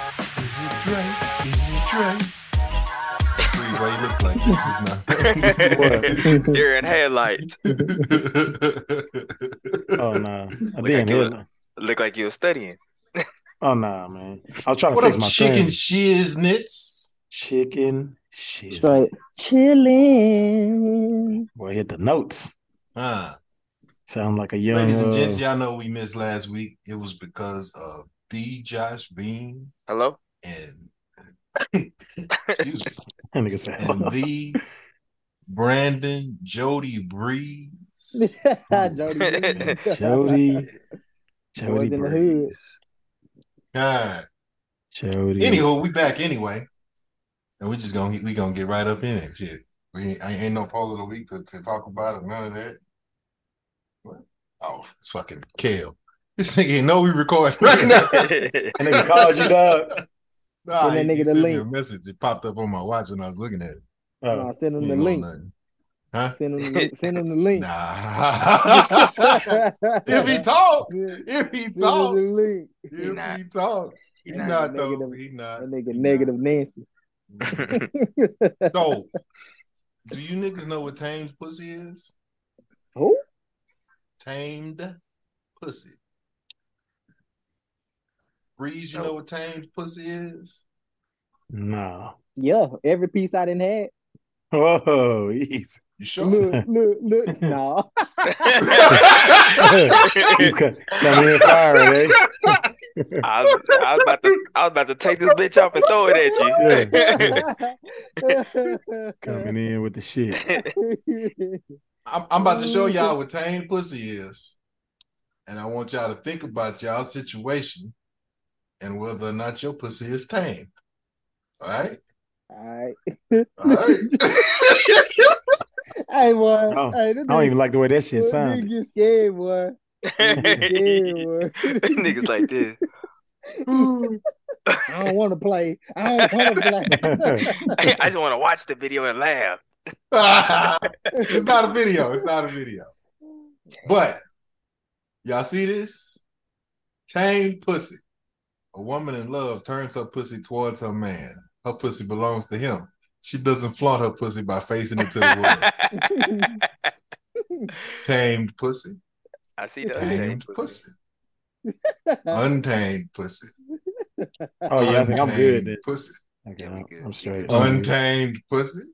it Dre? Is it Dre? Wait, why you look like this is not. Deer in headlights. Oh no, I didn't do hear. it. that. Look like you were studying. Oh no, man. I was trying to what fix up, my chicken chicken. shiznits? Chicken shit. Straight chilling. Boy, hit the notes. Ah, Sound like a young. ladies and uh, gents, y'all know we missed last week. It was because of B. Josh Bean Hello? and excuse me, that nigga said, and B. Brandon Jody Breeze. Jody. Jody. Boys Jody in the hood. Breeze. God. Jody. Anywho, we back anyway, and we just gonna we gonna get right up in it. Shit, we ain't, ain't no poll of the week to, to talk about it. None of that. Oh, it's fucking Kale. This nigga ain't know we recording right now. That nigga called you, dog. Nah, Send that he- he nigga the sent me link. A message. It popped up on my watch when I was looking at it. Nah, Oh, send him the Ain't on link. nothing. Send him the, send him the link. Nah. if he talk, Send if he him talk, the link. if not. he talk, he You Nah, not though. negative. He not. That nigga negative Nancy. know. So, do you niggas know what tamed pussy is? Who? Tamed pussy. Breeze, you Nope. know what tamed pussy is? no. Yeah, every piece I didn't have. Whoa, easy. You sure? Look, look, look. No. He's co- coming in fire, eh? I was, I was about to I was about to take this bitch off and throw it at you. Coming in with the shit. I'm, I'm about to show y'all what tame pussy is. And I want y'all to think about y'all situation and whether or not your pussy is tame. All right? All All right. right. Hey, boy. Oh, hey, I this don't nigga- even like the way that shit this sounded. nigga scared, boy. Yeah, boy. Niggas like this. I don't want to play. I don't want to I just want to watch the video and laugh. it's not a video. It's not a video. But y'all see this? Tame pussy. A woman in love turns her pussy towards her man. Her pussy belongs to him. She doesn't flaunt her pussy by facing it to the world. play. Tamed pussy. I see the Tamed pussy. Untamed pussy. oh, yeah, I think I'm Untamed good. Then. Pussy. Okay, Yeah, we I'm- good. I'm straight. Untamed pussy.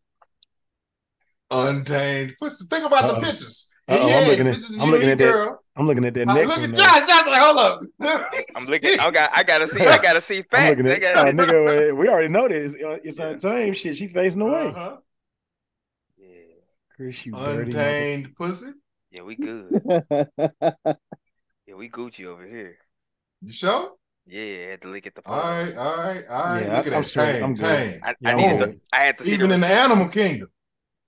Untamed pussy. Think about Uh-oh. the pictures. Uh-oh, I'm looking at- I'm looking at that I'm looking at that Now, next look one. at though. John. John's like, hold up. I'm looking. I got. I gotta see. I gotta see I'm facts. looking I at gotta- uh, nigga. uh, We already know this. It's, it's Yeah. untamed shit. She facing away. Uh-huh. Yeah. Chris, you dirty. mother- Untamed pussy. Yeah, we good. Untamed. Yeah, we Gucci over here. You sure? Yeah, I had to look at the All right, all right, all right. Yeah, look I- at I'm that. straight. Tame, I'm good. tame. I, Yeah, I I'm needed good. to. I had to see Even the. in the animal kingdom.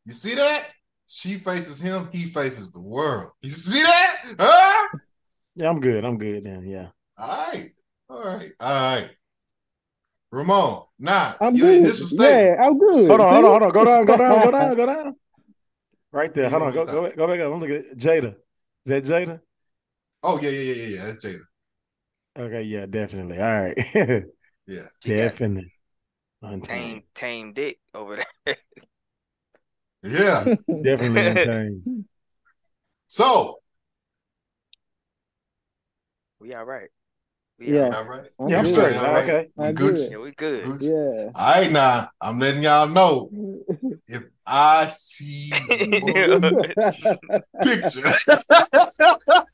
You see that? She faces him, he faces the world. You see that? Huh? Yeah, I'm good. I'm good then. Yeah. All right. All right. All right. Ramon, nah. I'm your good. initial statement. Yeah, I'm good. Hold on, hold See? on, hold on. Go down, go down, go down, go down. Right there. You Hold know on. Go, what's go, back- go back up. I'm looking at Jada. Is that Jada? Oh, yeah, yeah, yeah, yeah, yeah. That's Jada. Okay, yeah, definitely. All right. Yeah. She got definitely. Untamed. tame, tame dick over there. Yeah. Definitely untamed. so, We all right. We Yeah. all right. all right. I'm Yeah, I'm good. straight. All right. Okay. We I'm Gucci. Yeah, good. we good. Gucci. Yeah. All right, now. I'm letting y'all know if I see one picture.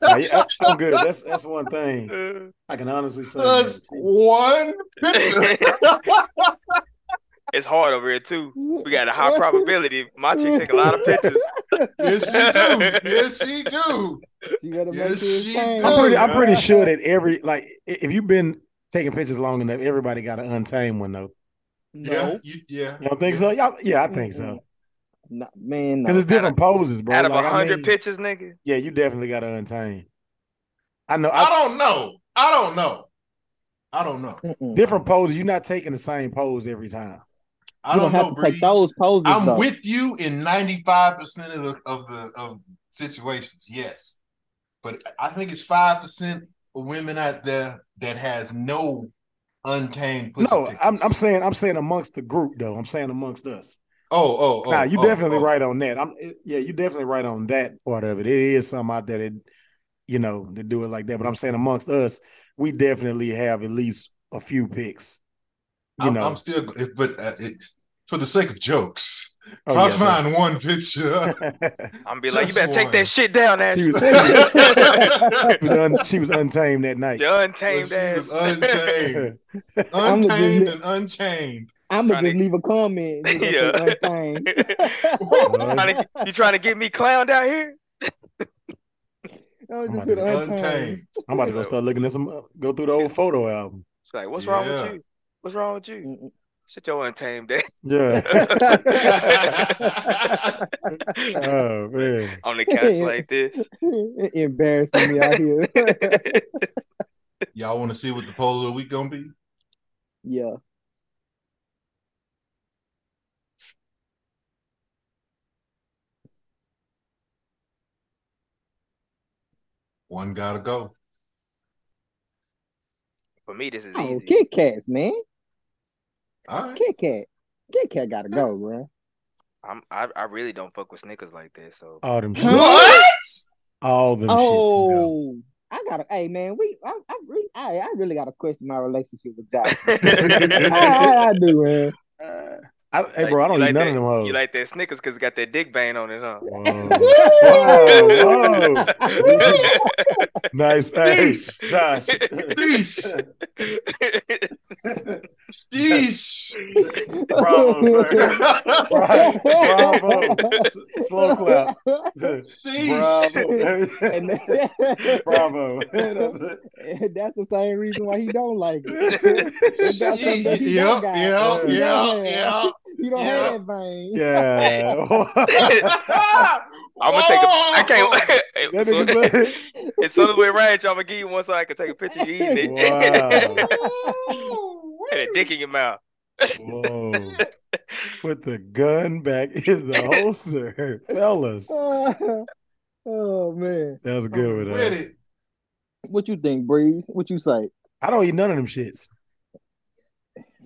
Nah, yeah, I- I'm good. That's that's one thing I can honestly say. Just man. one picture. it's hard over here too. We got a high probability. My chick take a lot of pictures. yes, she do. Yes, she do. She gotta make Yes, sure it's she tame. do. I'm pretty, I'm Yeah. pretty sure that every like i- if you've been taking pictures long enough, everybody got an untamed one though. Yeah, No, you, yeah. You don't think so? Y'all, yeah, I think so. no, man, Because no. it's different poses, bro. Out of a Like, I hundred mean, pictures, nigga. Yeah, you definitely got to untamed. I know. I I, don't know. I don't know. I don't know. Mm-mm. different poses. You're not taking the same pose every time. I you don't gonna have know, to take Breeze. those poses. I'm though. with you in 95 percent of the of the of situations. Yes, but I think it's five percent of women out there that has no untamed pussy. No, pictures. I'm, I'm saying I'm saying amongst the group though. I'm saying amongst us. Oh, oh, oh. nah, you oh, definitely oh. right on that. I'm it- yeah, you definitely right on that part of it. It is something out there that you know to do it like that. But I'm saying amongst us, we definitely have at least a few picks. You I'm, know, I'm still, if- but uh, it, for the sake of jokes, if Oh, I yeah, find one picture, but- I'm be like, you Just better take one. that shit down, ass. she, was, But she was un- she was untamed that night. The she untamed ass. was untamed, I'm the untamed genu- and unchained. I'm gonna Tryna- just leave a comment. Just Yeah. yeah. Time. Tryna- you trying to get me clowned out here? I'm I'm just about to put go untamed. Untamed. I'm about to go start looking at some go through the old photo album. It's like, what's wrong Yeah. with you? What's wrong with you? Mm-mm. Shit, your untamed ass. Yeah. That's oh man. on the couch like this. Embarrassing me out here. Y'all want to see what the poll of the week gonna be? yeah. One gotta go. For me, this is Oh, easy. Kit Kats, man. All right. Kit Kat. Kit Kat gotta go, bro. I'm, I, I really don't fuck with Snickers like that. So All them shit. What? All them shit. Oh, I gotta. Hey, man, we. I, I, re- I, I really gotta question my relationship with Josh. I, I, I do, man. I, hey, Like, bro, I don't you eat like none that- of them hoes. you like that Snickers because it got that dick bang on it, huh? Whoa. Whoa, whoa. nice. Hey, Josh. Sheesh. Sheesh. Bravo, sir. Right. Bravo. S- Slow clap. Sheesh. Bravo. And that- Bravo. That's it. that's the same reason why he don't like it. That's Yep, something that he yep, don't got. yep, He don't have. yep. You don't Yeah. have that vein. Yeah. I'm gonna take a. I can't. That so, nigga said- as soon as we range, I'm gonna give you one so I can take a picture of you eating it. Wow. and a dick in your mouth. Whoa. Put the gun back in the holster, fellas. oh, man, That was a good with With that. it. what you think, Breeze? What you say? I don't eat none of them shits.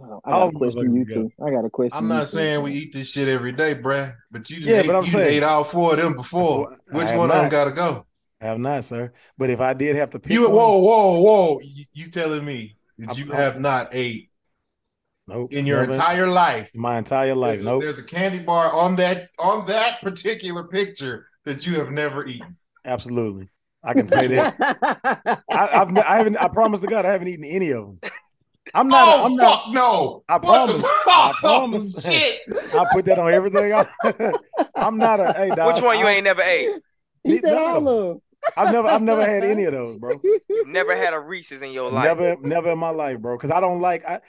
Oh, All I got of a them question looks you good. too. I got a question. I'm you not two. saying we eat this shit every day, bruh, but you done Yeah, ate, but I'm you done saying- ate all four of them before. That's what- I Which have one not. of them gotta go? I have not, sir. But if I did have to pick You one, whoa, whoa, whoa. You, you telling me that I'm- you I'm- have not ate nope, in your never entire life. in my entire life, there's, a, nope. there's a candy bar on that on that particular picture that you have never eaten. Absolutely, I can say that. I, I've, ne- I haven't. I promise to God, I haven't eaten any of them. I'm not. oh I'm not. fuck no! I What the promise. fuck? Oh, I promise. Shit. I put that on everything. I, I'm not a. Hey, dog, Which one you I- ain't never ate? he said None of all them. of I've never. I've never had any of those, bro. them. You never had a Reese's in your life. Never. Never in my life, bro. Because I don't like. I.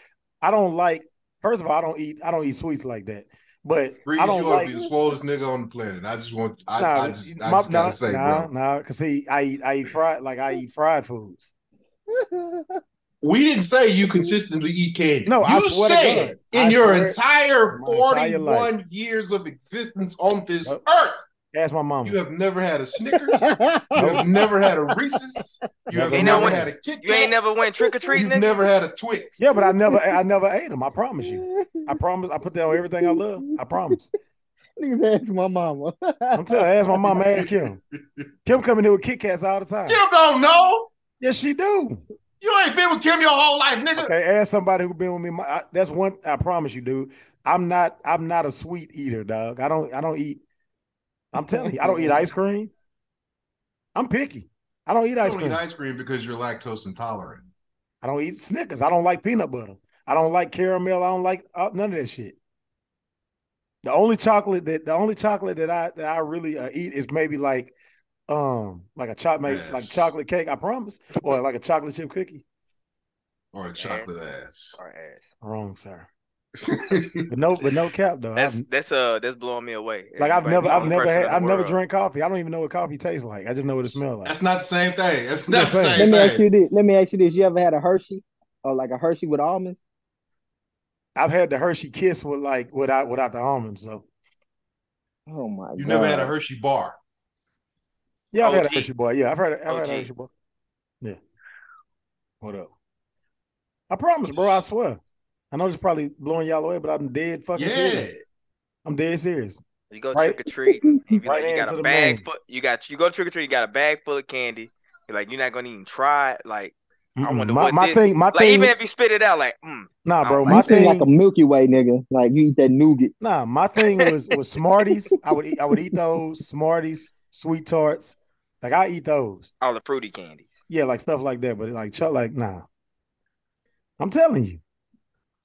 I don't like. First of all, I don't eat. I don't eat sweets like that. But Breeze, I you don't ought like. to be the swollest nigga on the planet. I just want I, I just I my- just gotta say, nah, bro. nah, cause see, I eat, I eat fried, like I eat fried foods. We didn't say you consistently eat candy. No, you I swear to said God. in I your swear- entire my entire life. 41 years of existence on this Nope. earth, Ask my mama. you have never had a Snickers. you have never had a Reese's. You have Ain't never no way. had a Kit You ain't Kat. never went trick or treating. You've never had a Twix. yeah, but I never, I never ate them. I promise you. I promise. I put that on everything I love. I promise. Niggas asked my mama. I'm telling you, ask my mama, ask Kim. Kim coming here with Kit Kats all the time. Kim don't know. Yes, she do. You ain't been with Kim your whole life, nigga. Okay, ask somebody who been with me. My, I, that's one. I promise you, dude. I'm not. I'm not a sweet eater, dog. I don't. I don't eat. I'm telling you, I don't eat ice cream. I'm picky. I don't eat You ice don't cream. eat ice cream because you're lactose intolerant. I don't eat Snickers. I don't like peanut butter. I don't like caramel. I don't like uh, none of that shit. The only chocolate that the only chocolate that I that I really uh, eat is maybe like um like a chocolate Yes. like chocolate cake. I promise, or like a chocolate chip cookie. Or a chocolate ass. Or ass. Wrong, sir. But no, but no cap though. That's I've- that's uh that's blowing me away. like I've Like, never the I've only never person had in the I've never world. drank coffee. I don't even know what coffee tastes like. I just know what it smells like. That's not the same thing. That's I'm not the just saying. Let same me ask thing. you this. Let me ask you this. You ever had a Hershey or like a Hershey with almonds? I've had the Hershey Kiss with like without without the almonds. So Oh my You god. never had a Hershey bar. yeah, I've had a OG. Hershey boy. Yeah, I've heard I've had a OG. Hershey boy. Yeah. What up? I promise, bro. I swear. I know this is probably blowing y'all away, but I'm dead fucking Yeah. serious. I'm dead serious. You go Right- trick or treat. You, be right like, you into got the a bag man. full. You got you go trick or treat. You got a bag full of candy. You're like you're not gonna even try it. Like Mm-mm. wonder my, what my this- thing, my like thing, even if you spit it out, like mm, nah, bro. Oh, My you seem thing, like a Milky Way nigga. Like you eat that nougat. nah, my thing was was Smarties. I would eat, I would eat those Smarties, sweet tarts. Like I eat those. all the fruity candies. Yeah, like stuff like that. But like, chuck, like, nah. I'm telling you,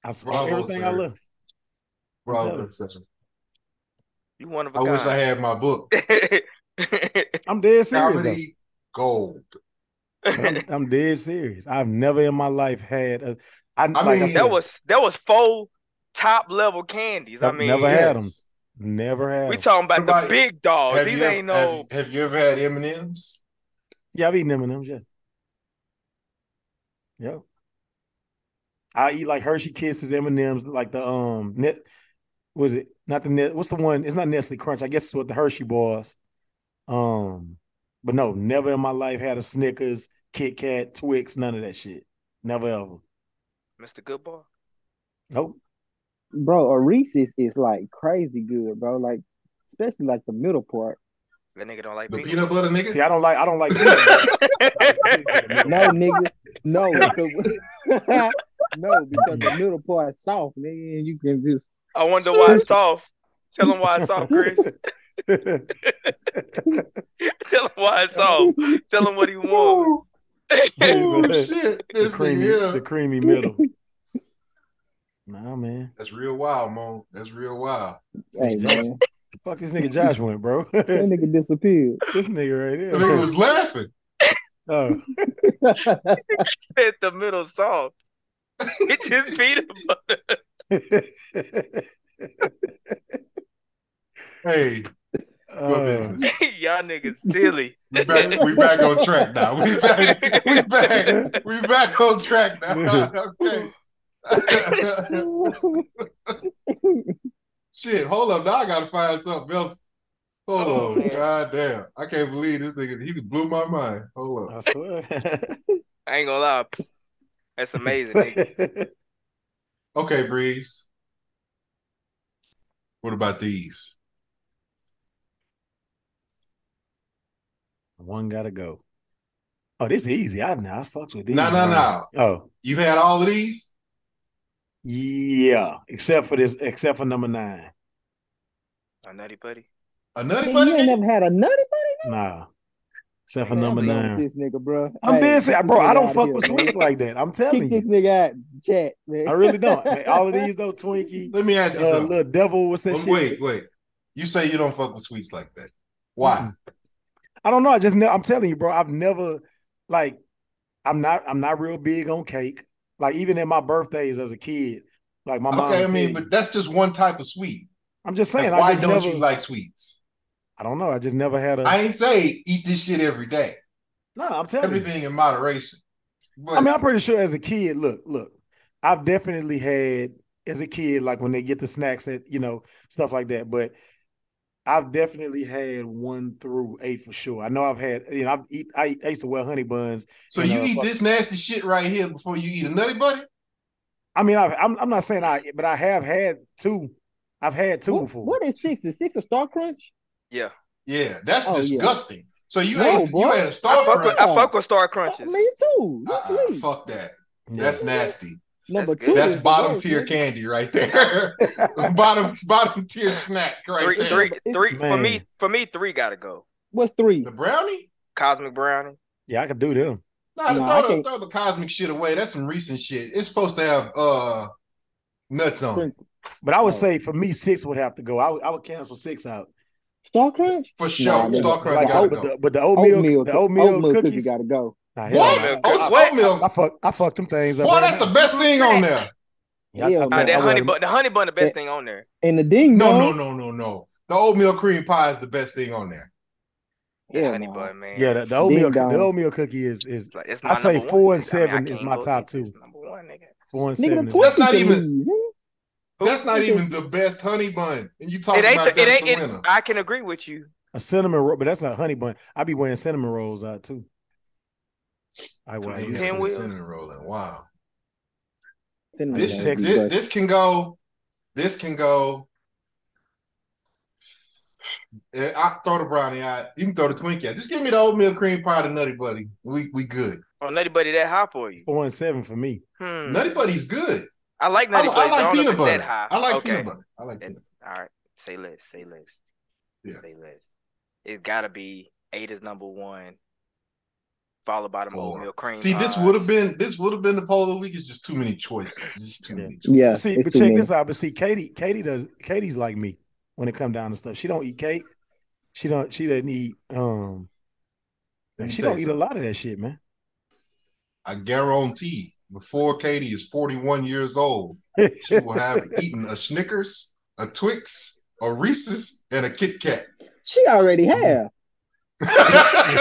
I swear Bravo, everything I sir. love. telling Bro, you. You one of a I wish I kind. had my book. I'm dead serious. though. Comedy gold. I'm, I'm dead serious. I've never in my life had a. I, I like I mean, said, that was that was four top level candies. I Never- mean, never I had 'em. never had. we them. talking about Everybody- the big dogs. have, Oh, These you ever, ain't have- no. have you ever had M and M's? yeah, I've eaten them and them. Yeah. Yep. I eat like Hershey Kisses, M and M's, like the um net. Was it not the net? What's the one? It's not Nestle Crunch. I guess it's what the Hershey bars. Um, but no, never in my life had a Snickers, Kit Kat, Twix, none of that shit. Never ever. Mr. Goodbar. Nope. Bro, a Reese's is like crazy good, bro. Like especially like the middle part. That nigga don't like The peanut peanut butter See, nigga? I don't like. I don't like. No, nigga. No, because no, because the middle part is soft, nigga, and you can just I wonder why it's soft. Tell him why it's soft, Chris. Tell him why it's soft. Tell him what he Ooh, ooh, wants. Oh, shit. the This thing creamy, the here. creamy middle. nah, man. That's real wild, man. That's real wild. hey man. Fuck this nigga Josh went, bro. That this nigga disappeared. nigga right The here. nigga was laughing. Oh, Said the middle soft. It's his peanut butter. Hey, Oh. business. Y'all niggas silly. we back, we back on track now. We back, we back, we back on track now. okay. Shit, hold up. Now I gotta find something else. Hold Oh, on. man. God damn. I can't believe this nigga. He blew my mind. Hold up. Oh, I swear. I ain't gonna lie. That's amazing, nigga. Okay, Breeze. What about these? One gotta go. Oh, this is easy. I know. I fucked with these. No, no, no. no. Oh, You've had all of these? yeah. Except for this, except for number nine. A nutty buddy. A nutty Nigga, buddy? you ain't never had a nutty buddy? Nah. Except for Man, number I'm done with nine. This nigga, bro. I'm Hey, dead serious, kick bro. this I nigga don't out fuck here, with man. sweets like that. I'm Kick telling this you, nigga out the chat, man. I really don't. Man, all of these though, Twinkie, Let me ask you uh, something. little devil, what's that shit? Wait, wait. You say you don't fuck with sweets like that. Why? I don't know. I just, ne- I'm telling you, bro. I've never, like, I'm not, I'm not real big on cake. Like even at my birthdays as a kid, like my mom. Okay, I would mean, tell you. but that's just one type of sweet. I'm just Like, saying. I why just don't never, you like sweets? I don't know. I just never had a. I ain't say eat this shit every day. no, I'm telling you. Everything in moderation. But I mean, I'm pretty sure as a kid, look, look, I've definitely had as a kid, like when they get the snacks at, you know, stuff like that. But I've definitely had one through eight for sure. I know I've had, you know, I've eat, I, I used to wear honey buns. so and, you uh, eat fuck- this nasty shit right here before you eat a nutty buddy? I mean, I've, I'm, I'm not saying I, but I have had two. I've had two What, before. what is six? Is six a Star Crunch? Yeah. Yeah, that's Oh, yeah. disgusting. So you No, ate you boy. had a I star fuck with I crunch. fuck with Star Oh, Crunches. Ah, me too. You Uh-uh, sweet. fuck that. Yeah. That's nasty. Number That's two. good. That's is the bottom worst, tier nigga. candy right there. bottom bottom tier snack right Three there. three three for me Man. for me three gotta go. What's three? The brownie? Cosmic Brownie. yeah, I could do them. Nah, No, I throw, the, can't- throw the cosmic shit away. That's some recent shit. It's supposed to have uh nuts on it. But I would Oh. say for me, six would have to go. I would, I would cancel six out. Star Crunch? For sure. nigga. Star Crunch Like, gotta oh, go. but, the, but the oatmeal, the coo- oatmeal, cookies. cookie gotta go. Nah, hell What? no. Oatmeal Oat- cookies. Oatmeal. I fuck I fucked them things up. Boy, right that's now. the best thing on there. Yeah, I- Hell I no. Nah, tell you, I that wear honey them- bun the honey bun the best thing on there. And the ding No, dong. no, no, no, no. The oatmeal cream pie is the best thing on there. Yeah, Hell honey no. bun, man. Yeah, the, the oatmeal Ding dong. the oatmeal cookie is is It's like it's I my say number four one, and nigga. I mean, I seven is can't my go top against it. two. It's number one, nigga. four and Nigga, seven. the is- Twinkies That's not can even- leave, nigga. That's not even the best honey bun. And you talking It ain't about the, it that's ain't the it, winner. I can agree with you. a cinnamon roll, but that's not honey bun. I be wearing cinnamon rolls out too. I wear Man, you I had used to. me Pinwheels? cinnamon rolling. Wow. Send them This, back, this, but- this can go. This can go. Eh, I throw the brownie out. You can throw the Twinkie out. Just give me the oatmeal cream pie, the Nutty Buddy. We we good. Oh, Nutty Buddy that high for you? Four and seven for me. Hmm. Nutty Buddy's good. I like I, Nutty li- Buddy. I but like don't know if peanut it's butter. That high. I like okay. peanut butter. I like That- peanut all right. Say less. Say less. Yeah. Say less. It's gotta be eight is number one, followed by the Four. oatmeal cream. butter. See, this pies. would have been this would have been the poll of the week. It's just too many choices. It's just too Yeah. many choices. Yeah, see, it's but too check many. this out. But see, Katie, Katie does. Katie's like me when it come down to stuff. She don't eat cake. She don't. She doesn't eat. Um, Let me she tell don't you eat a something. lot of that shit, man. I guarantee before Katie is 41 years old, she will have eaten a Snickers, a Twix, a Reese's, and a Kit Kat. She already have.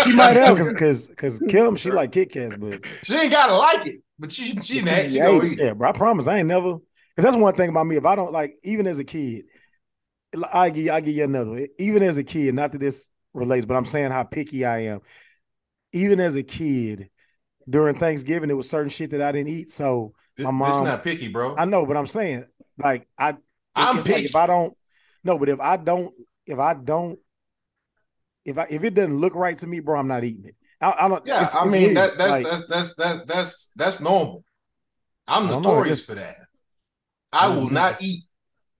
she might have because because Kim, she like Kit Kats, but She ain't gotta like it, but she she She ain't she gonna ain't. eat it. Yeah, bro. I promise I ain't never because that's one thing about me. If I don't like, even as a kid, like, I give I give you another. one. Even as a kid, not that this relates, but I'm saying how picky I am. Even as a kid, during Thanksgiving, it was certain shit that I didn't eat. So This, My this mom- not picky, bro. I know, but I'm saying like I I'm it's like picky. if I don't no, but if I don't if I don't if I if it doesn't look right to me, bro, I'm not eating it. I, I don't. yeah, it's- I it's mean weird. that that's, Like, that's that's that's that's that's normal. I'm I don't know, notorious it's- for that. I I will don't not eat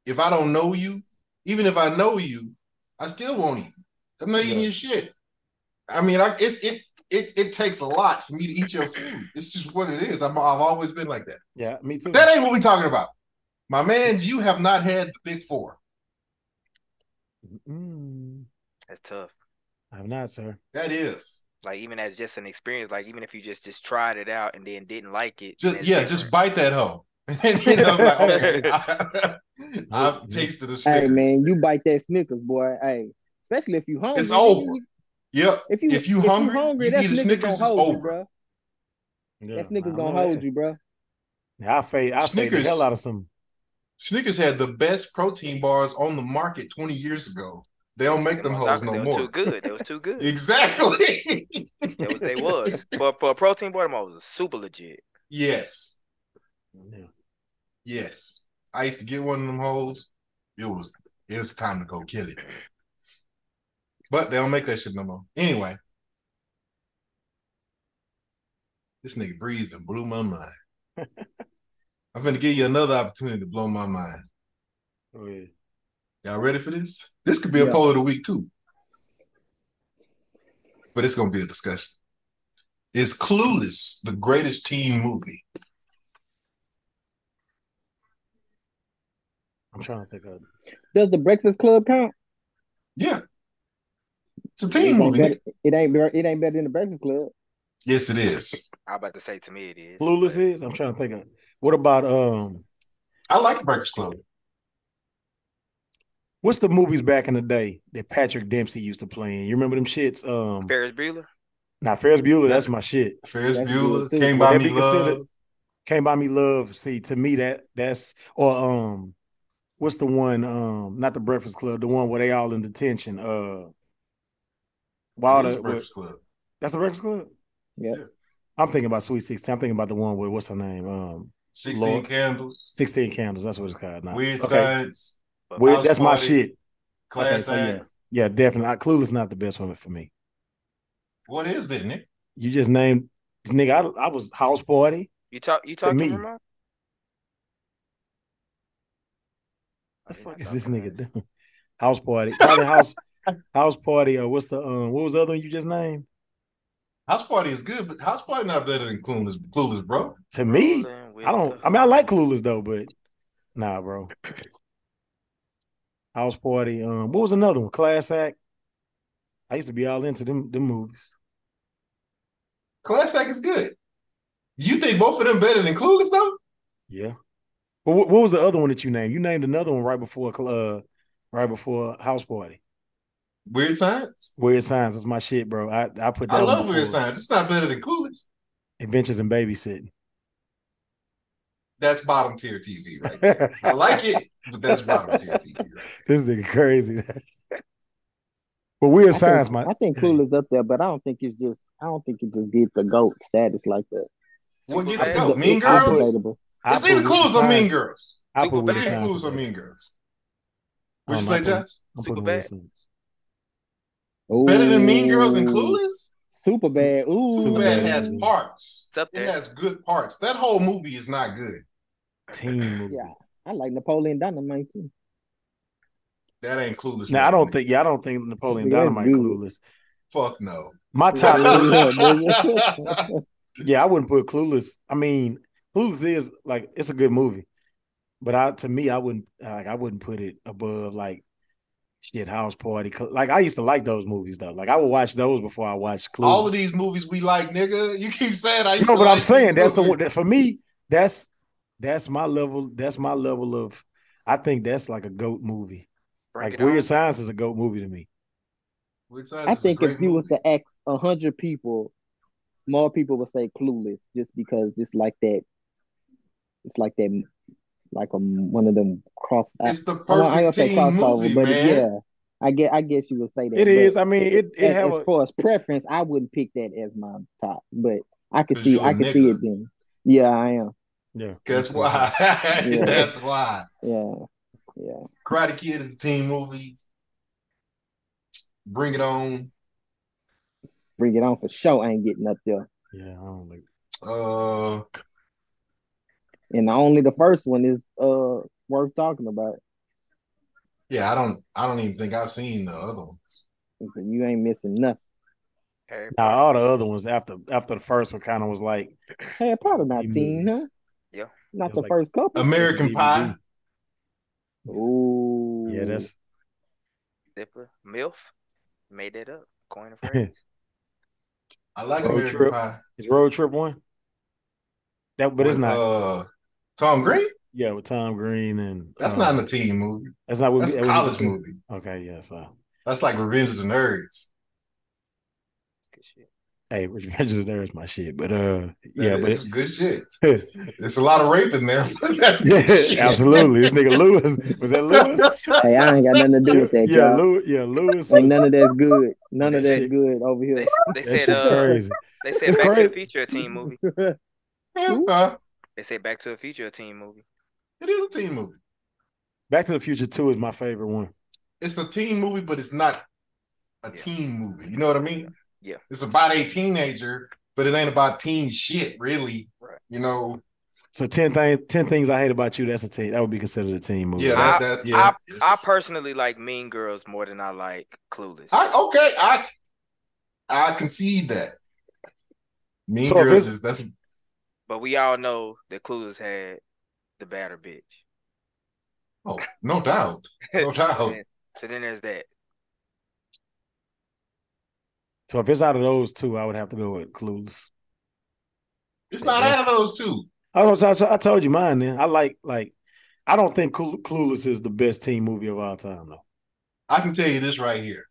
if I don't know you. Even if I know you, I still won't eat. I'm not eating Yeah. your shit. I mean, I, it's it it it takes a lot for me to eat your food. It's just what it is. I'm, I've always been like that. yeah, me too. That ain't what we talking about, my man's. You have not had the big four. Mm, That's tough. I'm not, sir. That is. Like even as just an experience, like even if you just just tried it out and then didn't like it, Just that's yeah, different. just bite that hoe. And, you know, like, okay, I, I've tasted the Snickers. Hey man, you bite that Snickers, boy. Hey, especially if you hungry. It's nigga, over. you- Yep. If you If you hungry, you that eat a Snickers Snickers, gonna it's hold you, over. bro. Yeah, That nah, Snickers I gonna know hold that. you, bro. I fade. I fade the Snickers. hell out of some. Snickers had the best protein bars on the market 20 years ago. They don't make them on hoes Doc- they no was more. Too good. They was too good. Exactly. They was, they was. For for a protein bar, them hoes was super legit. yes. Yeah. Yes. I used to get one of them hoes. It was it was time to go kill it. But they don't make that shit no more. Anyway. This nigga breezed and blew my mind. I'm gonna give you another opportunity to blow my mind. Go ahead. Y'all ready for this? This could be a Yeah. poll of the week too. But it's gonna be a discussion. Is Clueless the greatest teen movie? I'm trying to think of. Does the Breakfast Club count? Yeah. It's a It teen ain't, movie. better, nigga. it ain't better. It ain't better than the Breakfast Club. Yes, it is. I about to say to me it is. Clueless but is. I'm trying to think of. What about um? I like Breakfast Club. What's the movies back in the day that Patrick Dempsey used to play in? You remember them shits? Um, Ferris Bueller. now Ferris Bueller. That's That's- my shit. Ferris That's Bueller good, too. came Would by that me be considered- love. Came by me love. See, to me that that's or um, what's the one? Um, not the Breakfast Club. The one where they all in detention. Uh, while It is the Breakfast Club. that's the Breakfast Club. Yeah. I'm thinking about Sweet Sixteen. I'm thinking about the one with what's her name? Um, Sixteen Lord. Candles. Sixteen Candles. That's what it's called. Now. Weird Okay. Science. But Weird- uh, House that's my Party, shit. Class okay, so yeah, Act. yeah, definitely. I, Clueless not the best one for me. What is that, Nick? You just named nigga. I, I was house party. You talk you talking me. Ramon? Oh, What the he fuck not is this talking nigga to us. doing? House party, probably house, house party. Or what's the um? What was the other one you just named? House Party is good, but House Party not better than Clueless, Clueless bro. To me, Rolling with I don't. the I mean, I like hoes. Clueless though, but nah, bro. House party. Um, what was another one? Class act. I used to be all into them them movies. Class Act is good. You think both of them better than Clueless though? Yeah. But what, what was the other one that you named? You named another one right before cl- uh, right before house party. Weird Science. Weird Science is my shit, bro. I I put that. I one love Weird before Science. It's not better than Clueless. Adventures in babysitting. That's bottom tier TV, right? there. I this like it, but that's bottom tier TV. Right? there. nigga crazy. but Weird I Science, think, my I think Clueless up there, but I don't think it's just. I don't think it just get the goat status like that. We'll get I to put- go. It's Mean it's Girls. debatable. I see the clues are mean girls. I put Super Willie The Bad. Sneak. clues are mean girls. Would Um, you I say, think- Josh? Super I'm putting Bad. Willie Sneak. Better than Mean Girls and Ooh. Clueless? Super bad. Ooh, Too Super bad Bad. has parts. It's up It there. has good parts. That whole movie is not good. Team movie. Yeah, I like Napoleon Dynamite too. That ain't clueless. Now I Movie. don't think yeah, I don't think Napoleon Yeah, Dynamite dude. clueless. Fuck no. My top Yeah, three, nigga. yeah, I wouldn't put clueless. I mean, clueless is like it's a good movie. But I to me, I wouldn't like I wouldn't put it above like shit house party. Cl- Like I used to like those movies though. Like I would watch those before I watched clueless. All of these movies we like, nigga. You keep saying I. you Used know to what like I'm saying? these That's the movies. one that for me, that's that's my level, that's my level of I think that's like a goat movie. Break like it Weird on. Science is a goat movie to me. Which Science I is a think if great you was movie. to ask a hundred people, more people would say clueless, just because it's like that. It's like that, like a one of them cross. Uh, I, it's the I, I perfect don't say team crossover, movie, but man. yeah, I get. I guess you would say that. It but is. I mean, it it as, have as a far as preference, I wouldn't pick that as my top, but I could 'Cause see. you a I could see nigga. it then. Yeah, I am. yeah. That's why. Yeah. That's why. Yeah, yeah. Karate Kid is a team movie. Bring it on. Bring it on for sure. I ain't getting up there. Yeah, I don't like. Uh, And only the first one is uh worth talking about. yeah, I don't. I don't even think I've seen the other ones. You ain't missing nothing. Harry Now Potter. all the other ones after after the first one kind of was like Harry Potter not He teen, movies. huh? Yeah. Not It the was like- first couple. American DVD. Pie. Ooh. yeah that's Dipper. MILF. Made that up. Coin of phrase. I like Road American Trip. Pie. it's road trip one. That but it's With, not Uh, Tom Green. yeah with Tom Green and That's uh, not in a team movie. that's not what That's we- a that was- college movie. Okay, yeah. So That's like Revenge of the Nerds. Good shit. hey, Revenge of the Nerds my shit, but uh yeah, That but is it's good shit. It's a lot of rape in there. But that's yeah, good shit. absolutely. This nigga Lewis was that Lewis? Hey, I ain't got nothing to do with that, yeah, y'all. Lewis. Yeah, Lewis. Ain't was- none of that's good. None of That that's shit- good over They, here. they that shit said uh crazy. they said It's Back to crazy. the Future a team movie. Uh, They said Back to the Future a team movie. it is a team movie. Back to the Future Two is my favorite one. It's a team movie, but it's not a Yeah. teen movie. You know what I mean? Yeah. It's about a teenager, but it ain't about teen shit, really. Right. You know? So ten things, ten things I hate about you. That's a team. That would be considered a team movie. Yeah. That, that, yeah. I personally like Mean Girls more than I like Clueless. I, okay. I I concede that. Mean So if Girls it's- is that's But we all know that Clueless had the batter bitch. oh no doubt, no So doubt. then- so then there's that. So if it's out of those two, I would have to go with Clueless. It's not out of those two. I, was, I, I told you mine. Then I like like I don't think Clu- Clueless is the best team movie of all time though. I can tell you this right here.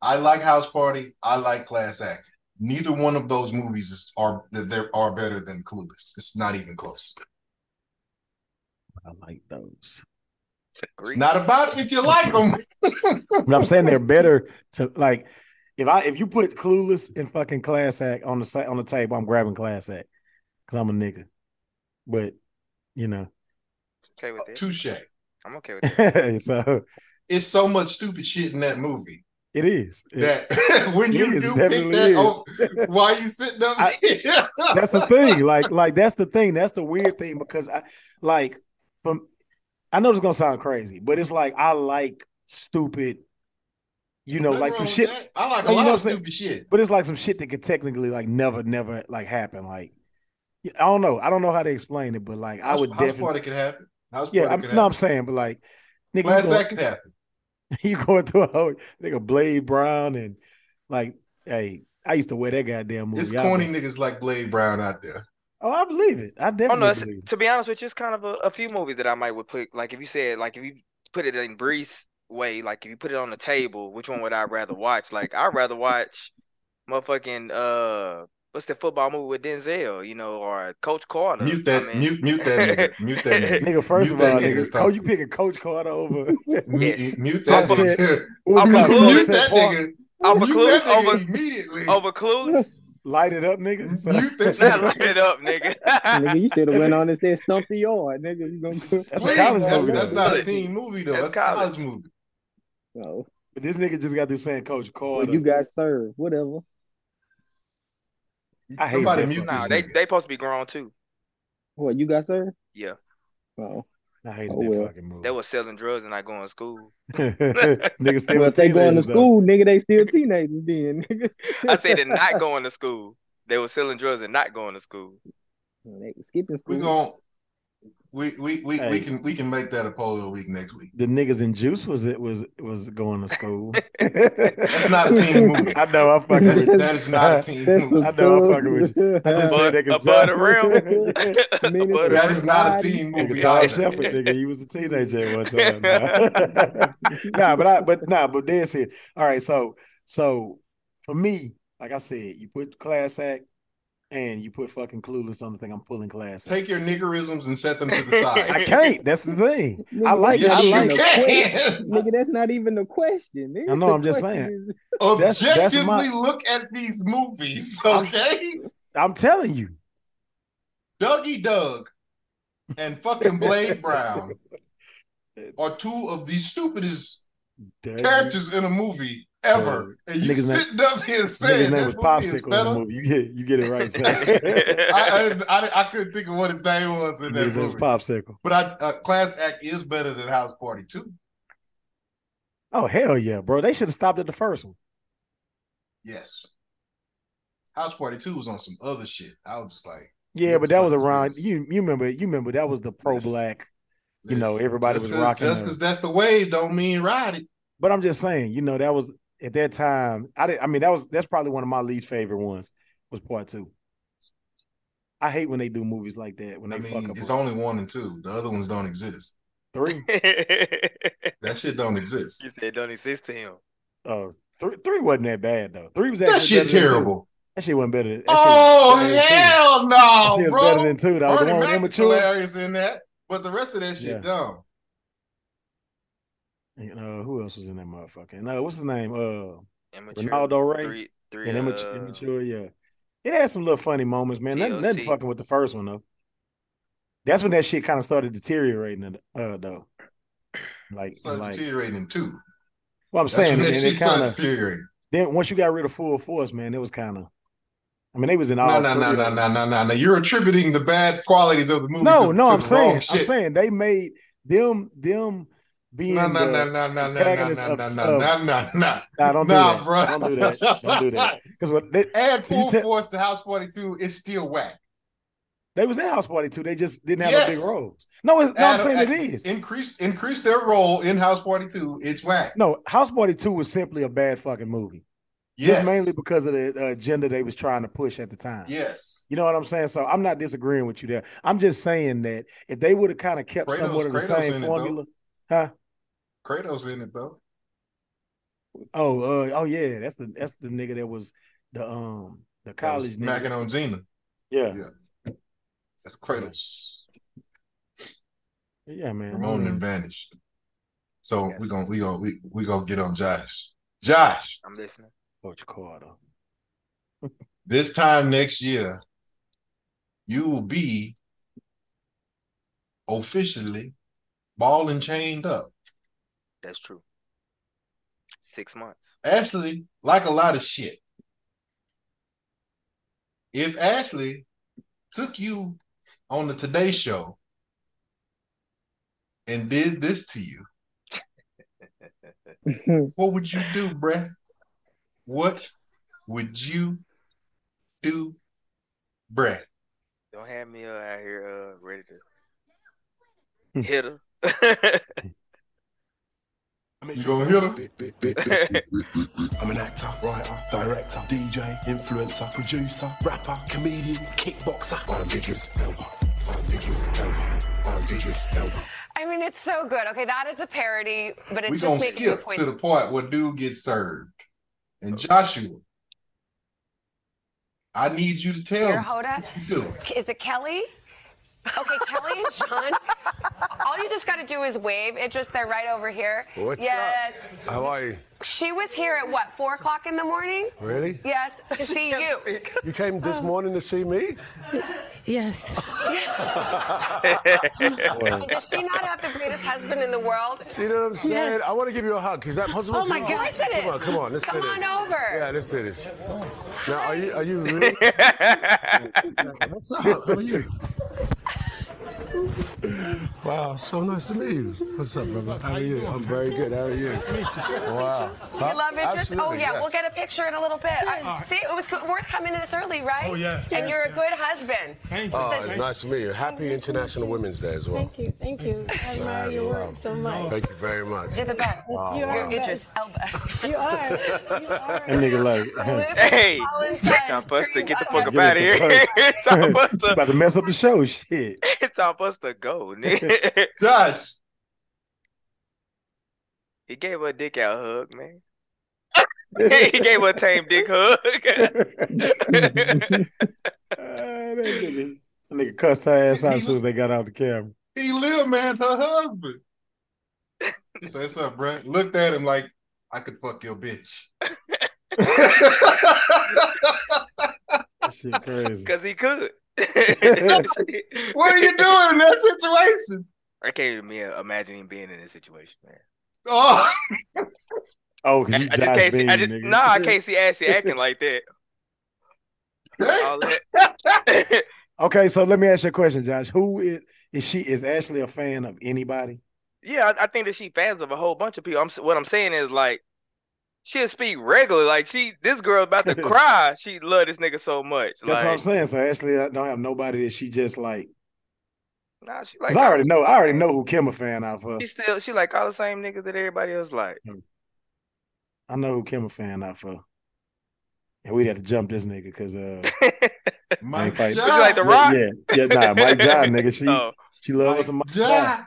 I like House Party. I like Class Act. Neither one of those movies is, are that there are better than Clueless. It's not even close. I like those. It's Grease. not about if you like them. But I'm saying they're better to like if I if you put Clueless and fucking Class Act on the sa- on the table, I'm grabbing Class Act because I'm a nigga. But you know, okay with that. Touche. I'm okay with that. so It's so much stupid shit in that movie it is. that when It you is, do pick definitely that is. over, while you sitting up, I- that's the thing. Like, like that's the thing. That's the weird thing because I like from I know this is gonna sound crazy, but it's like I like stupid, you know, Nothing like some wrong with shit. that. I like a Like, you lot know of what I'm stupid shit. But it's like some shit that could technically like never, never like happen. Like I don't know. I don't know how to explain it, but like I House- would House definitely Party could happen. House yeah, Party I'm, could no, I'm happen. saying, but like nigga, you Class going- Act could happen. you going through a whole nigga Blade Brown and like hey, I used to wear that goddamn movie. It's out, corny but- niggas like Blade Brown out there. Oh, I believe it. I Oh definitely no, it's, believe it. to be honest with you, it's kind of a, a few movies that I might would put like if you said like if you put it in Brees way, like if you put it on the table, which one would I rather watch? Like I'd rather watch motherfucking uh what's the football movie with Denzel, you know, or Coach Carter. Mute I that, mean, mute, mute that nigga. Mute that nigga. Nigga, first You of all, that nigga's nigga, oh, talking. you picking Coach Carter over. Mute, Yes. mute that Upper- nigga. What was I'm it a called? clueless. mute that Sunset Park? nigga. Over Mute that nigga Clueless, immediately. over over Clueless. Light it up, nigga. So- You think Not light it up, nigga, nigga. you should have went on and said stump the yard, nigga. You gonna go? That's Please, a college that's, movie. that's though. not a teen movie though. That's, That's a college movie. No. But this nigga just got through saying Coach Carter. Oh, Well, you got served, whatever. I hate Somebody that mute nah, this. they nigga. they supposed to be grown too. What you got served? Yeah, Oh, I hate Oh, that well. fucking they movie. was selling drugs and not going to school. Niggas still well, was if they going to teenagers, though. school, nigga, they still teenagers then, nigga. I say they're not going to school. They were selling drugs and not going to school. They skipping school. We gon' we we we, Hey. we can we can make that a poll of the week next week. The niggas in juice was it was was going to school. That's not a teen movie. I know I'm fucking That's, with you. that is not a teen That's movie. I know I'm fucking with you. I just said But they could above the jump. realm. Meaningful. Above the That is not a teen Nigga, movie. Tom either. Shepard, nigga, he was a teenager at one time. Nah, Nah, but I, but nah, but dead serious. All right, so so for me, like I said, you put Class Act and you put fucking Clueless on the thing. I'm pulling Class Act. Take your niggerisms and set them to the side. I can't. That's the thing. Nigga, I like. that's yes, I not like. you even a question. can. Nigga, that's not even a question. Nigga. I know, I'm The just question saying. is- That's- Objectively that's my- look at these movies, okay? I'm telling you. Dougie Doug and fucking Blade Brown are two of the stupidest Dirty. characters in a movie ever. And you Niggas name- sitting up here and Nigga's saying name that was movie is Popsicle in the better. movie. You get you get it right. Sam. I, I, I I couldn't think of what his name was in that Nigga's name was movie. Popsicle. But I, uh, Class Act is better than House Party 2. Oh hell yeah, bro! They should have stopped at the first one. Yes. House Party 2 was on some other shit. I was just like, Yeah, What but the that fuck was is around. this? You you remember? You remember that was the pro black. You know, listen, everybody just was 'cause- rocking Just the- because that's the wave don't mean ride it. But I'm just saying, you know, that was at that time. I did, I mean, that was that's probably one of my least favorite ones. Was part two. I hate when they do movies like that when they I fuck mean, up it's a- only one and two. The other ones don't exist. three. That shit don't exist. you said don't exist to him. Uh, three three wasn't that bad though. Three was actually That shit better than two. terrible. That shit wasn't better. than- That shit Oh was better than two. hell That no, shit was bro! better than two. That was the Bernie one with Mac is immature. hilarious in that, but the rest of that shit Yeah. dumb. And, uh, who else was in that motherfucker? And uh, what's his name? Uh, Immature. Ronaldo Ray Three, three. and immature, uh, immature. Yeah, it had some little funny moments, man. Nothing, nothing TLC. fucking with the first one though. That's when that shit kind of started deteriorating, uh, though. Like, Started and like, deteriorating in two. well, I'm That's saying, when and that shit it started kind of deteriorating. then once you got rid of Full Force, man, it was kind of. I mean, they was in all. No, no, no, three no, of them. no, no, no, no. You're attributing the bad qualities of the movie. No, to, no, to the I'm wrong saying, I'm shit. saying they made them, them being. No, no, the- no, no, no, no, no, protagonist no, of- no, no, no, no. Nah, don't do Nah, that. bro. Don't do that. Don't do that. Because what they, Add So you full te- force to House Party 2, it's still whack. they was in House Party too. They just didn't have a big Yes. role. No, it's, no, I'm Adam- saying it Adam- is. Increase increase their role in House Party 2, it's whack. No, House Party Two was simply a bad fucking movie, Yes. just mainly because of the uh, agenda they was trying to push at the time. yes. You know what I'm saying? So I'm not disagreeing with you there. I'm just saying that if they would have kind of kept Kratos- somewhat of the Kratos same in it, though. formula. Kratos in it though. oh, uh, oh yeah, that's the that's the nigga that was the um the That was college nigga. Mackin on Gina. yeah, That's Kratos. yeah, man. Ramon and Mm. vanished. So Yes. we gonna we gonna we, we gonna get on Josh. Josh, I'm listening. Coach Carter. this time next year, you will be officially ball and chained up. That's true. Six months. Ashley, like a lot of shit. If Ashley took you on the Today Show and did this to you, what would you do, bruh? What would you do, bruh? Don't have me uh, out here uh, ready Hmm. to hit her. I mean, You gonna hit him? I'm an actor, writer, director, DJ, influencer, producer, rapper, comedian, kickboxer. I'm Idris Elba. I'm Idris Elba. I'm Idris Elba. I mean, it's so good. Okay, that is a parody, but it's We just gonna making a skip point. to the part where dude gets served. And Joshua, I need you to tell Here, me Hoda, what you do. is it Kelly? Okay, Kelly and Sean. All All you just got to do is wave. It just they're right over here. What's yes. up? How are you? She was here at what four o'clock in the morning. Really? Yes, to see you. You came this morning to see me? Yes. Does she not have the greatest husband in the world? Of See what I'm saying? Yes. I want to give you a hug. Is that possible? Oh, my Come on. God. course it is. Come on, come on. Let's Come do on this. over. Yeah, let's do this. Now, are you are you really? What's up? How are you? wow, so nice to meet you. What's up, brother? How are you? I'm very good. How are you? Wow. Your love interest? Oh Absolutely, yeah, yes. we'll get a picture in a little bit. I- see, it was good, worth coming to this early, right? Oh, yes, And yes, you're a yes. good husband. Thank you. Oh, it's nice to meet you. Happy Nice to meet International you. Women's Day as well. Thank you. Thank you. I admire your work so much. Thank you very much. You're the best. You are You're the best. Idris Elba. You are. You are. That nigga like, Luke Hey, Collins time Sons, for us to Green get the Butler. fuck up out of here. it's time for us She about to, to mess up the show. Shit. it's time for us to go. nigga. Josh. he gave her a dick out hug, man. he gave her a tame dick hug. Ah, Uh, that nigga, that nigga cussed her ass out as soon as they got out the camera. He little man's her husband. He said, What's up, bro? Looked at him like, I could fuck your bitch. That Shit crazy. Because he could. what are you doing in that situation? I can't even me- imagine him being in this situation, man. Oh, Oh, 'cause I, you I just Josh can't Bean, see. I just, nigga. nah, I can't see Ashley acting like that. All that. Okay, so let me ask you a question, Josh. Who is is she? Is Ashley a fan of anybody? yeah, I, I think that she fans of a whole bunch of people. I'm, s- what I'm saying is like, she'll speak regular. Like she, this girl about to cry. She love this nigga so much. That's what I'm Like, saying. So Ashley I don't have nobody that she just like. nah, she 'cause like. I already know. I already know who Kim a fan of her. She still, she like all the same niggas that everybody else like. I know who Kim a fan of her. And we'd have to jump this nigga because uh my Like, God. Would you like the rock? yeah yeah nah Mike John nigga she Oh, she loves some Mike John. God.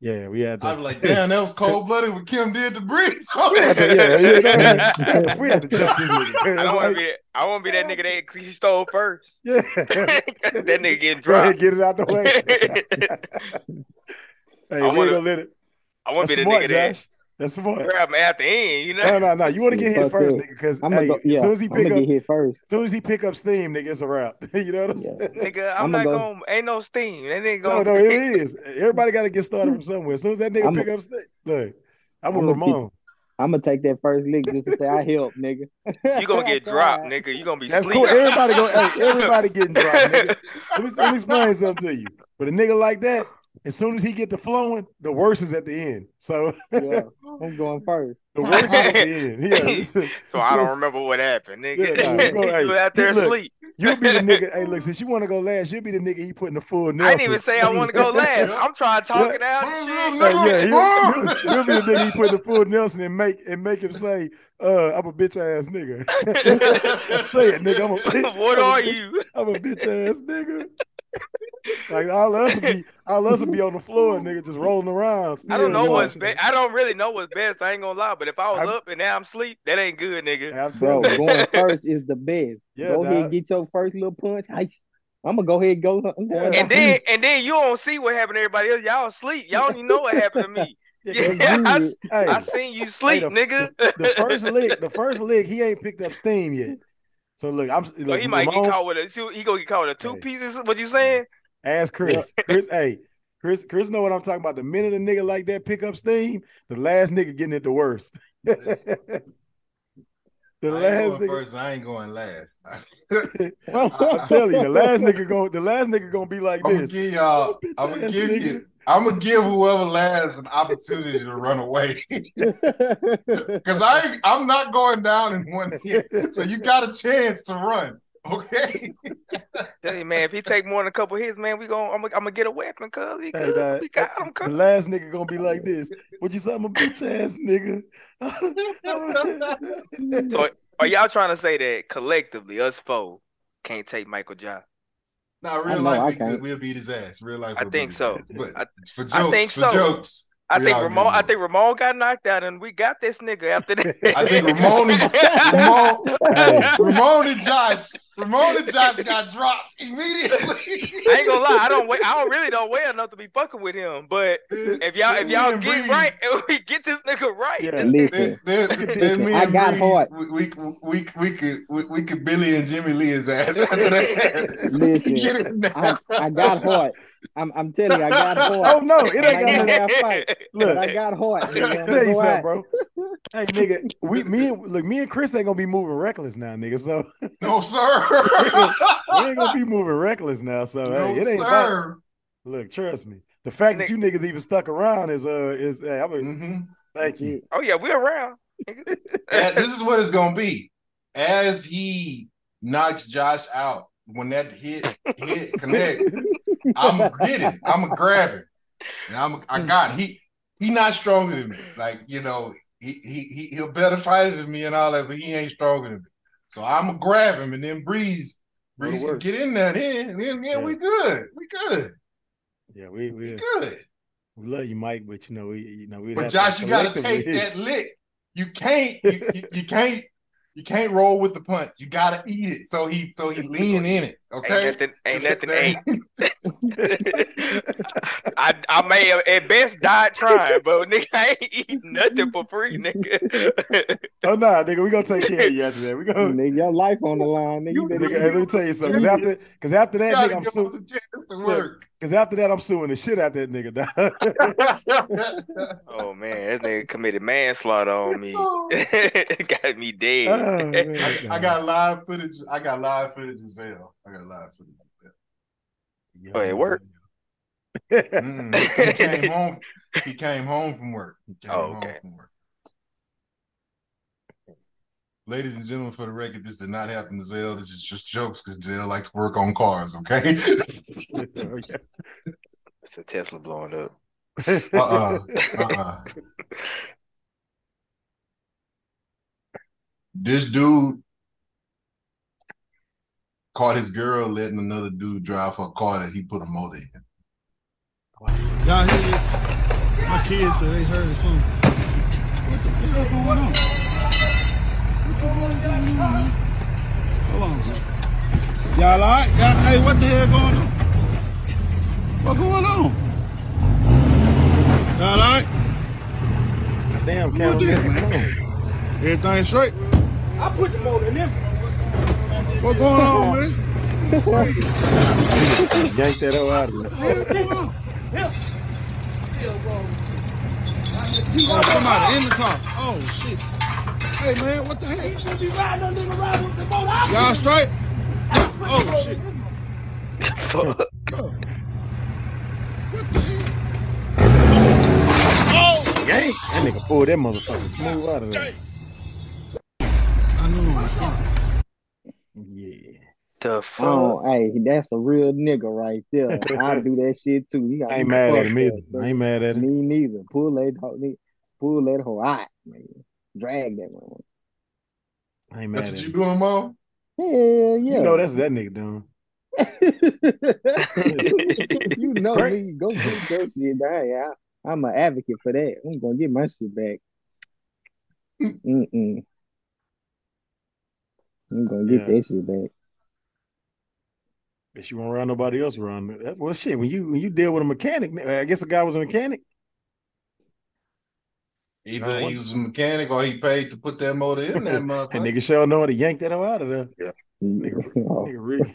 yeah we had to I was like, damn, that was cold blooded what Kim did to Breeze. yeah, yeah, you know what I mean? We had to- we had to jump this nigga I don't want to Like, be. That, I want to be that nigga that he stole first. yeah that nigga getting Go dropped. ahead, get it out the way. hey, we ain't wanna- gonna let it. I want to That's be the smart, nigga that Josh. That's smart. grab him at the end. You know. No, no, no. You want to Yeah, get hit fuck first, it. nigga, because I'm gonna hey, go. Yeah, as soon as he I'm pick gonna up, get as hit first. soon as he pick up steam, nigga, it's a wrap. you know what I'm Yeah. saying? Nigga, I'm, I'ma not go- going. Ain't no steam. That nigga No, going. no, it is. Everybody got to get started from somewhere. As soon as that nigga I'm a- pick up steam, look, I'm with I'm a big- Ramon. I'm gonna take that first lick just to say I help, nigga. Oh, you gonna get I dropped, tried. nigga. You gonna be That's sleep. cool. Everybody go. Hey, everybody getting dropped. Nigga. Let me, let me explain something to you. But a nigga like that, as soon as he get to flowing, the worst is at the end. So Yeah, I'm going first. the worst is at the end. Yeah. so I don't remember what happened, nigga. Yeah, nah, you go- you hey, out there look, sleep. You'll be the nigga. Hey, look, since you want to go last, you'll be the nigga he put in the full Nelson. I didn't even say I want to go last. I'm trying to talk Yeah. it out. and shit. Hey, Hey, yeah, he'll, he'll- he'll be the nigga he put in the full Nelson and make and make him say, uh, "I'm a bitch ass nigga." say it, nigga. I'm a bitch. what I'm a are bitch- you? I'm a bitch ass nigga. Like all us would be, all us would be on the floor, nigga, just rolling around. I don't still know what's watching. best. I don't really know what's best. I ain't gonna lie. But if I was I'm- up and now I'm sleep, that ain't good, nigga. I'm Bro, telling you. going first is the best. Yeah, go ahead, dog. and get your first little punch. I, am gonna go ahead and go. I'm going Yeah. And then and then you don't see what happened to everybody else. Y'all sleep. Y'all don't even know what happened to me. Yeah, Yeah, I, s- hey, I seen you sleep, the- nigga. the first lick, the first lick, he ain't picked up steam yet. So look, I'm Well, look, he might Ramon- get caught with a two. He gonna get caught with a two Hey. pieces. What you saying? Ask Chris. Chris, hey, Chris, Chris know what I'm talking about. The minute a nigga like that pick up steam, the last nigga getting it the worst. the last I ain't nigga, going first. I ain't going last. I'm telling you, the last nigga going the last nigga gonna be like I'm gonna this. give y'all. Bitch I'm gonna ass give nigga. you. I'm gonna give whoever lasts an opportunity to run away. Cause I I'm not going down in one hit, so you got a chance to run. Okay, Tell you, man, if he take more than a couple hits, man, we going I'm gonna I'm get a weapon, cuz he Hey, good. dog, we got him, the cuz. last nigga gonna be like this. What you say? I'm a bitch ass nigga. So, are y'all trying to say that collectively, us four can't take Michael John? now I real know I life we can't. could, we'll beat his ass. Real life, I we'll think beat his so. ass. But I- for jokes, I think so. for jokes, I we think all Ramon. good. I think Ramon got knocked out, and we got this nigga after that. I think Ramon and Ramon, Hey, Ramon and Josh Ramona Johnson got dropped immediately. I ain't gonna lie, I don't wait. I don't really don't weigh enough to be fucking with him. But if y'all if Me y'all and get Breeze- right, if we get this nigga right, Yeah. then- Then, Listen, then, then me I and got Breeze, hard. we, we, we, we could we, we could Billy and Jimmy Lee his ass after that. Listen, Get it now. I, I got hard. I'm I'm telling you, I got Oh hard. no, it ain't got nothing. Yeah. that fight. But Look, I got hard. nigga. Oh, tell you Go something, out. bro. Hey, nigga, we me and look, me and Chris ain't gonna be moving reckless now, nigga. So No sir. we ain't gonna be moving reckless now. So no hey, it ain't. about- sir. Look, trust me. The fact that you niggas even stuck around is uh is hey, I'm a, Mhm. thank you. Oh yeah, we around. And this is what it's gonna be. As he knocks Josh out, when that hit hit connect, I'm getting, I'm grabbing, and I'm I got he he not stronger than me. Like you know, he he he he'll better fighter than me and all that, but he ain't stronger than me. So I'm gonna grab him, and then Breeze Go to Breeze can work. get in there. Then then, then we Yeah. good, we good, Yeah, we we we, good. we love you, Mike, but you know we you know we. But Josh, you gotta take that lick. You can't, you, you, you can't, you can't roll with the punch. You gotta eat it. So he, so he leaning in it. Ain't Okay. nothing. Ain't Just get nothing. there. Ain't. I I may have at best died trying, but nigga, I ain't eating nothing for free, nigga. Oh nah, nigga, we gonna take care of you after that. We gonna Nigga, your life on the line. Nigga, you nigga, better hey, let me tell you something. 'Cause After, cause after You that, gotta nigga, I'm give su- us a chance to work. cause after that, I'm suing the shit out that nigga. dawg. oh man, this nigga committed manslaughter on me. Got me Oh, dead. man, I, I dawg. got live footage. I got live footage of Zell. I got live footage. of Zell. But it worked. Mm, he came home. He came home from work. He came Oh, home okay. from work. Ladies and gentlemen, for the record, this did not happen to Zell. This is just jokes because Zell likes to work on cars. Okay. It's a Tesla blowing up. uh-uh. Uh-uh. this dude caught his girl letting another dude drive her car that he put a motor in. Y'all hear this? My kids said they heard something. What the fuck is going on? What the fuck is going on? man? Hold on. man. Y'all alright? Y'all, hey, what the hell going on? What going on? Y'all alright? Damn, What the hell, cameraman. man? Everything straight? I put the motor in them. What going on, man? Yank that hoe out of Hey, what's going on? Oh, somebody in the car. Oh shit. Hey man, what the hell? Y'all straight? Oh shit. Fuck. What the hell? there. Yank. That nigga pulled that motherfucker smooth out of there. I knew it was something. Yeah. the fuck. Oh, hey, that's a real nigga right there. I do that shit too. You got I ain't mad at him either. I Me ain't mad at him. neither. Pull that ho- ni- pull that hoe out, nigga. Drag that one. I ain't mad That's at what him. you doing, Mo? Hell yeah. You know that's what that nigga doing. you know Cra- me. Go get your shit. I, I, I'm an advocate for that. I'm gonna get my shit back. Mm-mm. I'm gonna get Yeah. that shit back. Guess you won't ride nobody else around. That- Well, shit. When you when you deal with a mechanic, I guess the guy was a mechanic. Either No, what- he was a mechanic or he paid to put that motor in that motherfucker. That nigga sure know how to yank that hoe out of there. Oh. Nigga, really.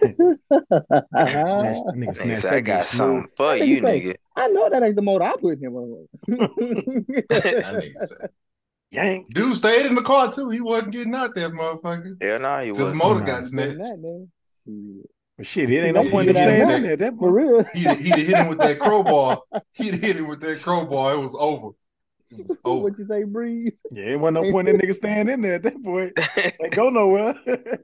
Ah. snatch, nigga, Nigga snatch said, I that got bitch smooth. something for Nigga you, say- nigga. I know that ain't the motor I put him on. That nigga said- Yank. Dude stayed in the car too. He wasn't getting out that motherfucker. Hell nah, you Till the was. motor Nah. got Doing snatched. that, man. Shit. But shit, it ain't no Yeah, point he in did saying that. that. At that For point, real. He'd, he'd hit him with that crowbar. He'd hit him with that crowbar. It was over. It was over. what you say, Breeze? yeah, it wasn't no point in that nigga staying in there. At that point, ain't go nowhere.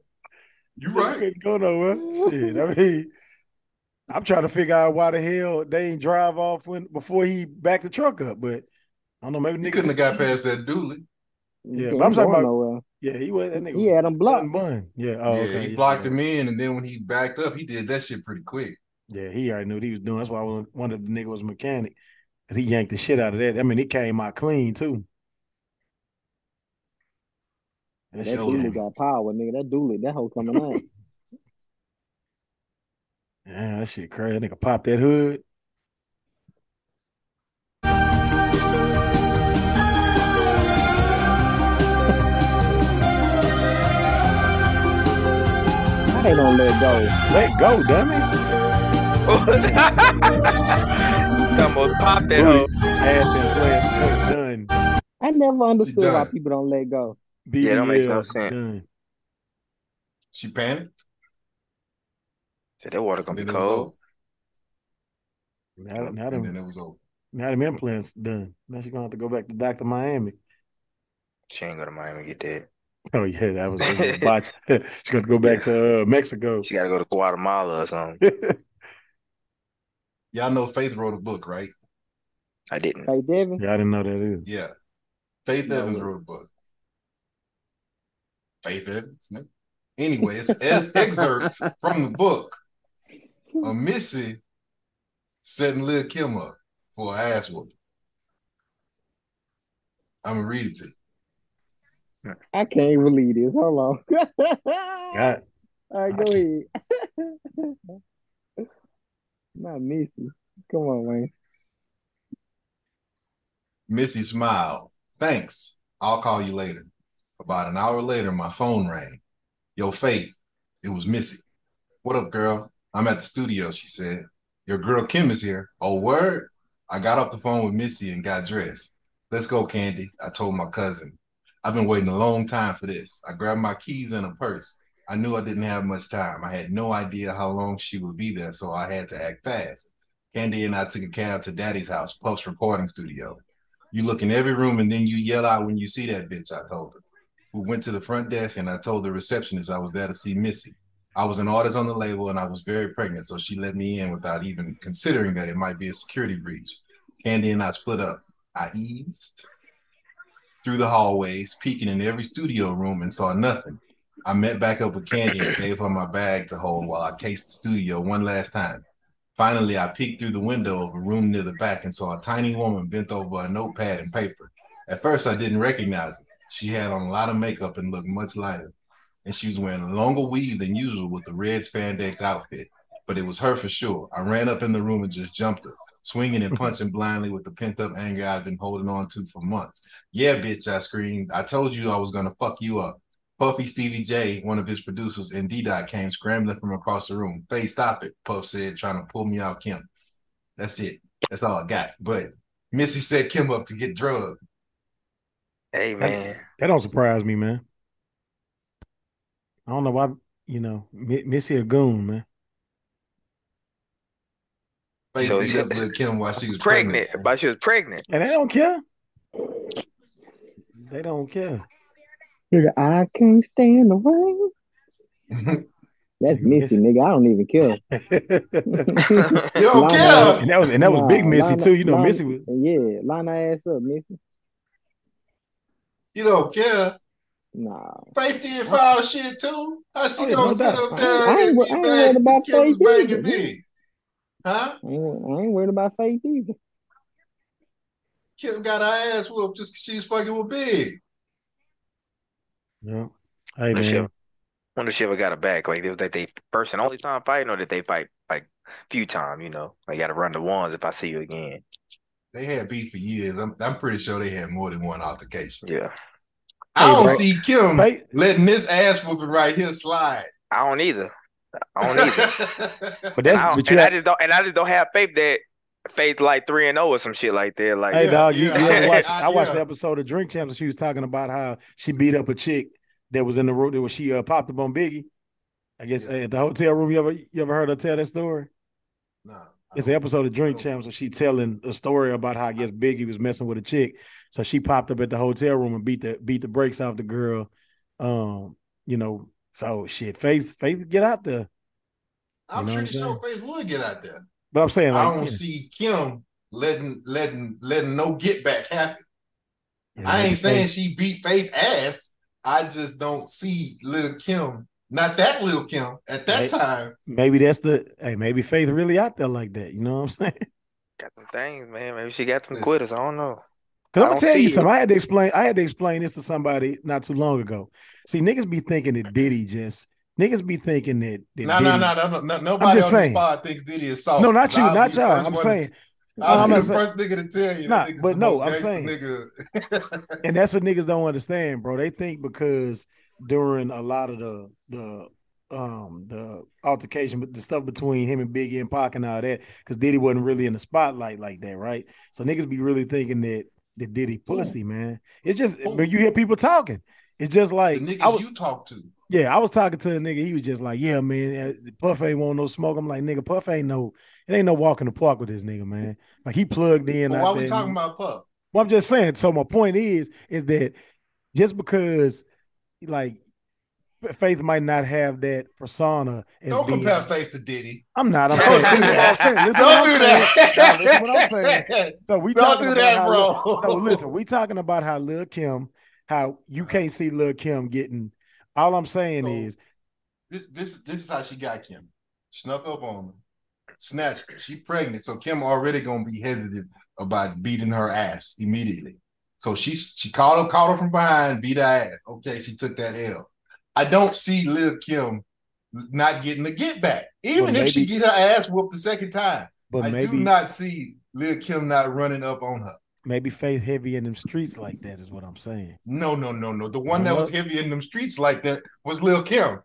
You Nigga right. Couldn't go nowhere. Shit. I mean, I'm trying to figure out why the hell they ain't drive off when before he backed the truck up. But I don't know. Maybe He niggas. couldn't have got past that dually. You Yeah, can't but I'm talking go about- nowhere. Yeah, he was. That nigga He had him bun blocked. bun. Yeah. Oh, yeah, okay. he blocked yeah. him in, and then when he backed up, he did that shit pretty quick. Yeah, he already knew what he was doing. That's why I was- wondered if the nigga was a mechanic. Cause he yanked the shit out of that. I mean, it came out clean too. That That shit Hell yeah. dually came- got power, nigga. That dually, that hoe coming out. Yeah, that shit crazy. That nigga pop that hood. I ain't gonna let go. Let go, dummy. Almost popped that hoe. Booty, Ass and play done. I never understood why done. people don't let go. BBL, Yeah, don't make no sense. Done. She panicked. Said that water And gonna be then it was cold. Now, now, over. And then them, it was over. now them implants done. Now she's gonna have to go back to Dr. Miami. She ain't go to Miami get that. Oh yeah, that was that was a botch. she's gonna go back to uh, Mexico. She gotta go to Guatemala or something. yeah, Y'all know Faith wrote a book, right? I didn't. Hey, Devin, I didn't know that either. Yeah. Faith No, Evans no. wrote a book. Faith Evans. no. Anyway, it's an excerpt from the book of Missy setting Lil Kim up for an ass whooping. I'm gonna read it to you. I can't believe this. Hold on. All God, right, go ahead. Not Missy. Come on, Wayne. Missy smiled. Thanks. I'll call you later. About an hour later, my phone rang. Yo, Faith, it was Missy. What up, girl? I'm at the studio, she said. Your girl Kim is here. Oh, word? I got off the phone with Missy and got dressed. Let's go, Candy, I told my cousin. I've been waiting a long time for this. I grabbed my keys and a purse. I knew I didn't have much time. I had no idea how long she would be there, so I had to act fast. Candy and I took a cab to Daddy's house, Puff's recording studio. You look in every room and then you yell out when you see that bitch, I told her. We went to the front desk and I told the receptionist I was there to see Missy. I was an artist on the label and I was very pregnant, so she let me in without even considering that it might be a security breach. Candy and I split up. I eased through the hallways, peeking in every studio room and saw nothing. I met back up with Candy and gave her my bag to hold while I cased the studio one last time. Finally, I peeked through the window of a room near the back and saw a tiny woman bent over a notepad and paper. At first, I didn't recognize her. She had on a lot of makeup and looked much lighter. And she was wearing a longer weave than usual with the red spandex outfit. But it was her for sure. I ran up in the room and just jumped her, swinging and punching blindly with the pent up anger I've been holding on to for months. Yeah, bitch, I screamed. I told you I was going to fuck you up. Puffy Stevie J, one of his producers, and D Dot came scrambling from across the room. Faye, stop it, Puff said, trying to pull me off Kim. That's it. That's all I got. But Missy set Kim up to get drugged. Hey man. that don't surprise me, man. I don't know why. You know, Mi- Missy a goon, man. Faye So beat she- up little Kim while she was Pregnant. pregnant. But she was pregnant. And they don't care. They don't care. Nigga, I can't stand the rain. That's Nigga, Missy, nigga. I don't even care. and you don't Lana- care. that was and that was Nah, Big Missy Lana- too. You know, Lana- Missy was Yeah, line her ass up, Missy. You don't care. Nah. Faith did foul shit too. How she Oh, yeah, gonna no sit up doubt. I there? ain't- I ain't and wo- be I ain't mad worried that about this Kim was Faith banging either. big? Huh? I ain't, I ain't worried about Faith either. Kim got her ass whooped just 'cause she was fucking with Big. Yeah. Hey Michelle. man, Wonder if she ever got her back. Like it was like they first and only time fighting or did they fight like few time, you know. I gotta run the ones if I see you again. They had beef for years. I'm, I'm pretty sure they had more than one altercation. Yeah. I Hey, don't bro. see Kim Faith- letting this ass whooping right here slide. I don't either. I don't either. but that's I don't- but you and I have, just don't and I just don't have faith that faith like three and oh or some shit like that. Like hey Yeah, dog, you, yeah, you I- ever watch? I- I watched yeah. the episode of Drink Champs. She was talking about how she beat up a chick that was in the room that was she uh, popped up on Biggie. I guess Yeah. uh, at the hotel room. You ever you ever heard her tell that story? Nah, I It's an don't- episode of Drink Oh. Champs where she telling a story about how I guess Biggie was messing with a chick, so she popped up at the hotel room and beat the beat the brakes off the girl. Um, you know, so shit, Faith, Faith, get out there. I'm know what I'm pretty sure Faith would get out there. But I'm saying, like, I don't see Kim letting letting letting no get back happen. yeah, I like ain't you saying say- she beat Faith ass. I just don't see Lil Kim, not that Lil Kim at that Right. time. maybe that's the hey, maybe Faith really out there like that. You know what I'm saying? got some things, man. Maybe she got some Listen. quitters. I don't know. Because I I'm gonna don't tell you see it. something. I had to explain. I had to explain this to somebody not too long ago. See, niggas be thinking that Diddy just Niggas be thinking that. that No, no, Diddy- no, no, no. Nobody just on this saying. pod thinks Diddy is soft. No, not you, I'll be not the y'all. first I'm one saying. To, I'll I'm be not the saying- first nigga to tell you. Nah, that nigga's but the no, most I'm gangsta saying- Nigga. and that's what niggas don't understand, bro. They think because during a lot of the the um the altercation, but the stuff between him and Biggie and Pac and all that, because Diddy wasn't really in the spotlight like that, right? So niggas be really thinking that that Diddy pussy, man. It's just Ooh. when you hear people talking, it's just the like I niggas was, you talk to. yeah, I was talking to a nigga. He was just like, "Yeah, man, uh, Puff ain't want no smoke." I'm like, "Nigga, Puff ain't no, it ain't no walk in the park with this nigga, man." Like he plugged in. But out why we there. talking about Puff? Well, I'm just saying. So my point is, is that just because, like, Faith might not have that persona. As Don't being- compare Faith to Diddy. I'm not. I'm saying. Listen to what I'm saying. Listen to Don't what do I'm saying. that. No, listen to what I'm saying. So we Don't talking do about that, how bro. Lil- no, listen, we talking about how Lil Kim, how you can't see Lil Kim getting. All I'm saying Uh-huh. So- is, This this this is how she got Kim. Snuck up on her, snatched her. She pregnant, so Kim already gonna be hesitant about beating her ass immediately. So she she called her, called her from behind, beat her ass. Okay, she took that L. I don't see Liv Kim not getting the get back, even if she maybe- get her ass whooped the second time. but I do maybe not see Liv Kim not running up on her. maybe Faith heavy in them streets like that is what I'm saying. No, no, no, no. The one that Well, was heavy in them streets like that was Lil Kim.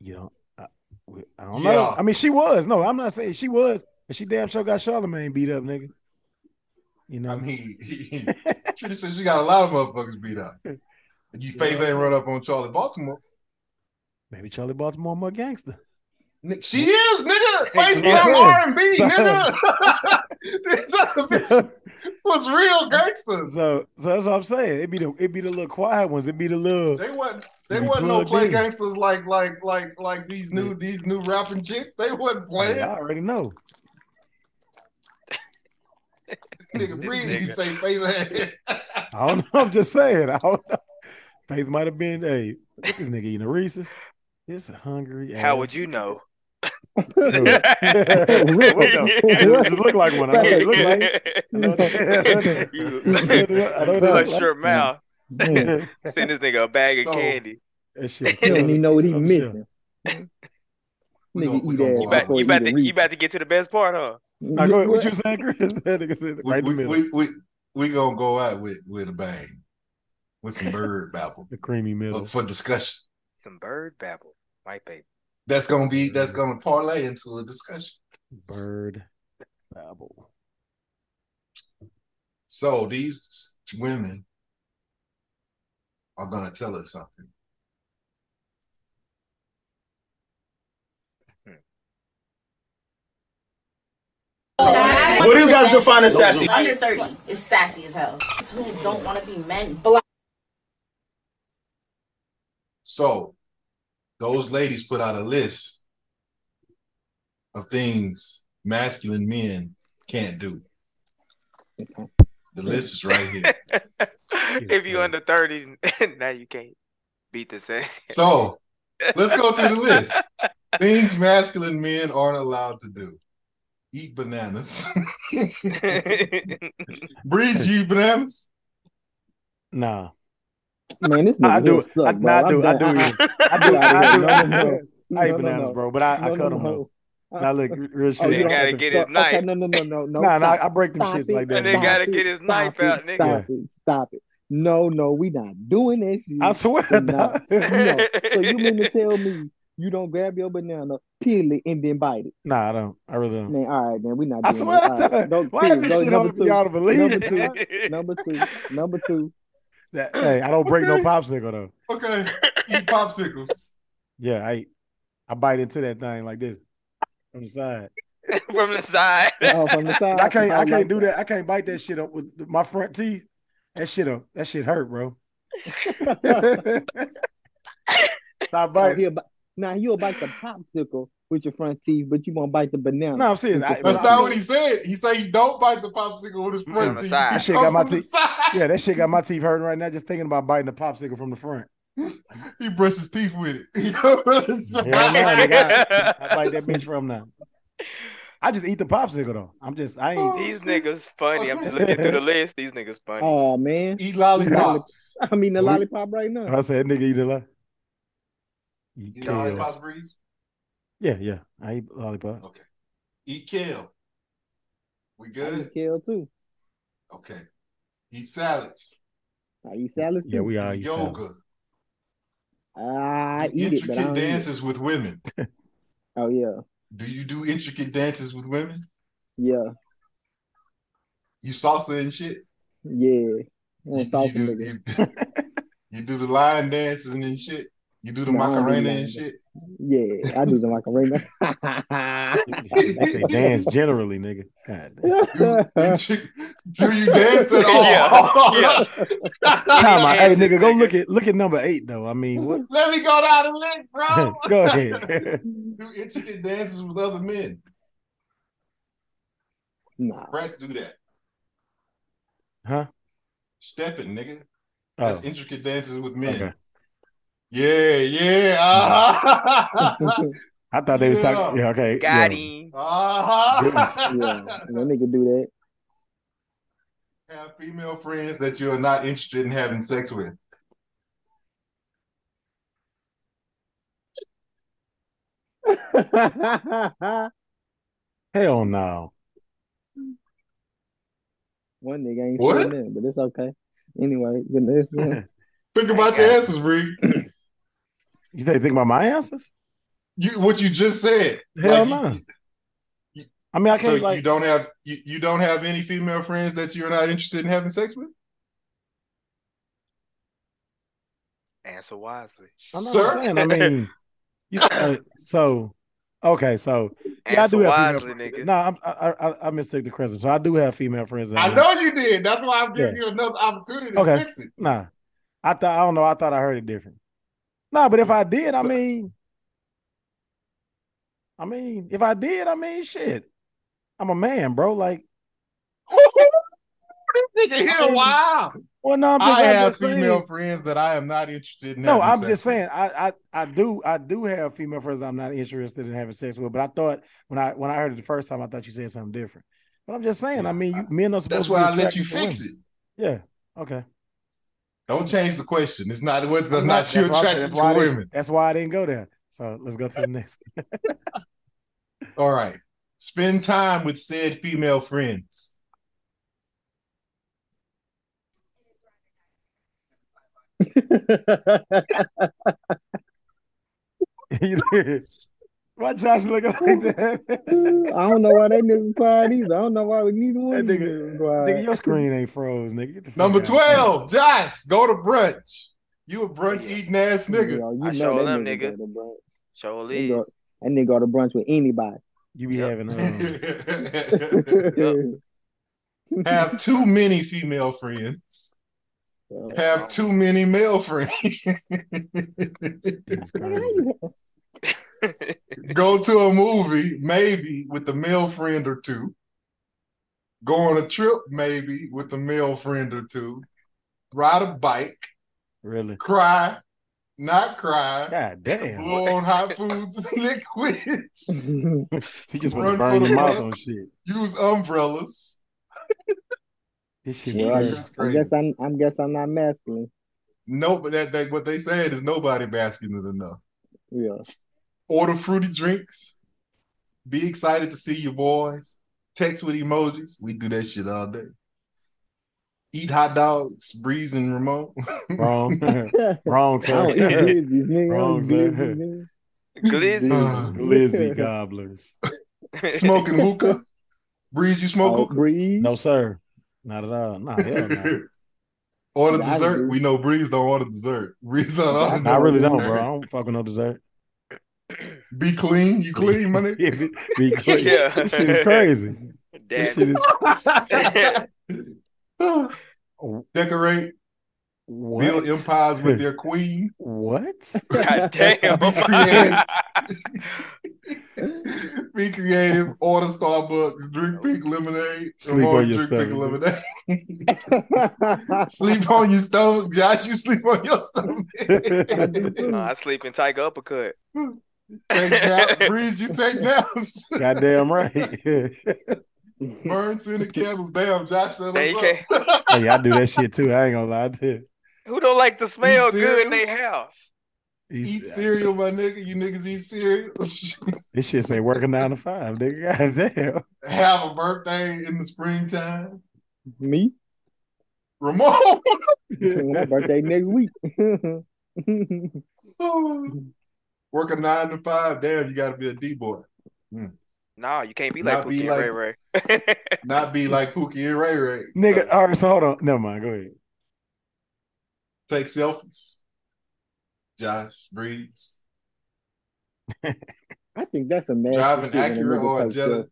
You know, I, we- I don't Yeah. know. I mean, she was. No, I'm not saying she was. But she damn sure got Charlemagne beat up, nigga. You know, I mean, he, she said she got a lot of motherfuckers beat up. And you favor ain't run up on Charlie Baltimore. maybe Charlie Baltimore more gangster. Ni- She is, nigga. Faith That's sang right. R&B, So- nigga. this other bitch so, was real gangsters. so that's what I'm saying. It be the it be the little quiet ones. It be the little They wasn't. They We wasn't no plugged play in. gangsters like like like like these new these new rapping chicks. They wasn't playing. I already know. Nigga, breeze Nigga. used to say Faith. had- I don't know. I'm just saying. I don't know. Faith might have been. Hey, look this nigga eating Reese's. This hungry. How ass- would you know? It just look like one. I know what it look like. I know what it- You I know look what like it- your mouth. Yeah. Send this nigga a bag of So- candy. That shit. He don't even know what he I'm sure. missing. We Nigga gonna- we eat gonna ass go You out. about, before you, he about eat to, a you Reese's. about to get to the best part, huh? Now go ahead. What What? you saying, Chris? That nigga said we, right in the we, middle. we, we, we gonna go out with with a bang, with some bird babble the creamy uh, middle. for discussion. Some bird babble, my baby. That's gonna be that's gonna parlay into a discussion. Bird babble. So these women are gonna tell us something. What do you guys define as sassy? Under 30 is sassy as hell. Who don't want to be men. Black So those ladies put out a list of things masculine men can't do. The list is right here. if you sir. under 30, now you can't beat this ass. So let's go through the list. Things masculine men aren't allowed to do. Eat bananas. Breeze, you eat bananas? Nah, Man, this I nigga do. real it. I, suck, bro. nah, I I'm do. I done. do. Uh-uh. it. I do. Get outta I here. do. No, no, no. I No, eat no, bananas, no. bro. But I, No, I cut no, them no. though. Now look, r- real Oh, you They shit. don't gotta have to get stop. his knife. Okay, no, no, no, no, Nah, no. nah, stop I it. break them Stop shits it. like that. And they Stop gotta it. get his Stop knife it. out, nigga. Stop it. Stop it. No, no, we not doing that shit. I swear. Nah. dog. No. So you mean to tell me you don't grab your banana, peel it, and then bite it? Nah, I don't. I really don't. Man, all right, man, we not doing Mm. I swear. that. All I right. don't. Don't- Why is please, this go- shit number on for two. y'all to believe? Number two. Number two. Number two. That- hey, I don't break no popsicle though. Okay. Eat popsicles. Yeah, I eat- I bite into that thing like this. I'm sorry. From the side. Oh, from the side. I can't. I Like can't do that. I can't bite that shit up with my front teeth. That shit up. That shit hurt, bro. Stop Oh, biting. he'll bite. Now you'll bite the popsicle with your front teeth, but you won't bite the banana. No, I'm serious. I, That's But not I- what he said. He said you don't bite the popsicle with his From front the teeth. side. You That shit come got my from the teeth- side. yeah, that shit got my teeth hurting right now just thinking about biting the popsicle from the front. He brushed his teeth with it. You know what I'm saying? Hell no, nigga. I bite that bitch from now. I just eat the popsicle though. I'm just I ain't. These niggas funny. I'm just looking through the list. These niggas funny. Oh man, Eat lollipops. I'm eating a We- lollipop right now. I said nigga eat a lot. You know how Yeah. lollipops breeze? yeah, yeah. I eat lollipops. Okay. Eat kale. We I good? eat kale too. Okay. Eat salads. I eat salads. Yeah, too. we all eat salad. Yoga. I eat it, Intricate but I don't eat it. dances with women. Oh yeah, Do you do intricate dances with women? yeah, You salsa and shit? yeah. I'm a You, salsa you nigga. do, you- you do the line dances and then shit. You do the No, I don't do Macarena line and dan- shit. Yeah, I do the Macarena. I say dance generally, nigga. God damn. You- you- do you dance at all? Yeah, Time out. Hey, Yes, nigga, go nigga. look at look at number eight though. I mean, what? Let me go down the link, bro. go ahead. do intricate dances with other men. nah, Brats do that. huh? Stepping, nigga. That's Oh, intricate dances with men. okay. Yeah, yeah. Uh-huh. I thought they was Yeah. talking. Yeah, okay. got yeah. him. uh-huh. yeah, that nigga do Have female friends that you are not interested in having sex with. that. Hell no. One nigga ain't What? saying nothing, but it's okay. Anyway, then this you Think about your answers, Reed. think think about my answers? You what you just said. Hell Like, no. you- I mean, I so can't like. you don't have you, you don't have any female friends that you're not interested in having sex with? Answer wisely. I know what Sir? I'm saying. I mean, you uh, so okay. So yeah, I Answer do have wisely, female friends. nigga. No, I'm, I, I I mistook the crescent. So I do have female friends. that I I'm not- know you did. That's why I'm giving you another opportunity to Okay. fix it. Nah, I thought I don't know. I thought I heard it different. Nah, but if I did, I So- mean, I mean, if I did, I mean, shit, I'm a man, bro. Like, this nigga here, wow. well, no, I'm just, I I'm have just saying- female friends that I am not interested in No, having I'm sex just with. saying, I, I, I do, I do have female friends I'm not interested in having sex with. But I thought when I, when I heard it the first time, I thought you said something different. But I'm just saying, I mean, you, men are supposed. That's to why be I let you attracted to fix women. it. Yeah. Okay. Don't change the question. It's not whether or I'm not that's you're why I'm saying, attracted that's why to I didn't- women. That's why I didn't go there. So let's go to the next. All right. Spend time with said female friends. Why Josh looking like that? I don't know why that nigga quiet either. I don't know why we neither one of That these nigga- niggas quiet. Nigga, your screen ain't froze, nigga. Get the fuck Number out. 12, Josh, go to brunch. You a brunch Yeah. eating ass nigga. Yo, you I know show that them, nigga. go to brunch. Show That nigga- is. that nigga go to brunch with anybody. You be Yep. having um, Mm. Have too many female friends. So, Have too many male friends. it's nigga, how crazy. you- go to a movie, maybe with a male friend or two. Go on a trip, maybe with a male friend or two. Ride a bike, really. cry, not cry, God damn. blow on hot foods and liquids, She just Run want to burn for your the mouth bus. on shit. use umbrellas. This shit Well, is That's I crazy. guess I'm, I guess I'm not masculine. No, but that, that what they said is nobody masculine enough. Yeah. Order fruity drinks. Be excited to see your boys. Text with emojis. We do that shit all day. Eat hot dogs, breeze and Ramon. wrong. I wrong don't eat turn. glizzies, nigga. I Wrong, don't sir. glizzies, nigga. Glizzy. Ah, Glizzy gobblers. Mm-hmm. Smoking hookah. Breeze, you smoke Oh, hookah? breathe. No, sir. Not at all. Nah, hell no. order Yeah, I dessert. do. We know Breeze don't order dessert. Breeze don't order I no really don't, dessert. bro. I don't fuck with no dessert. Be clean. You clean, money. Yeah, be, be clear. Yeah. This shit is crazy. This shit Damn. is Ah, Decorate. what? Build empires with their queen. What? God damn. Be creative. Be creative. Order Starbucks. Drink pink lemonade. Sleep Ramon, on your drink stomach. pink lemonade. sleep on your stomach. Josh, you sleep on your stomach. Nah, I sleep in Tiger Uppercut. take naps. Breeze, you take naps. Goddamn right. Burn center candles. Damn, Josh, set Hey, you us up. Hey, I do that shit too. I ain't gonna lie to you. Who don't like to smell serious? good in their house? He's- Eat cereal, my nigga. You niggas eat cereal. This shit ain't working nine to five, nigga. God damn. Have a birthday in the springtime. Me? Ramon. My birthday next week. Work a nine to five. Damn, you got to be a D boy. Nah, you can't be like Not Pookie be and like- Ray Ray. Not be like Pookie and Ray Ray. Nigga, all right, so hold on. Never mind. Go ahead. Take selfies. Josh Breeds. I think that's a man. Driving Acura or a Jetta.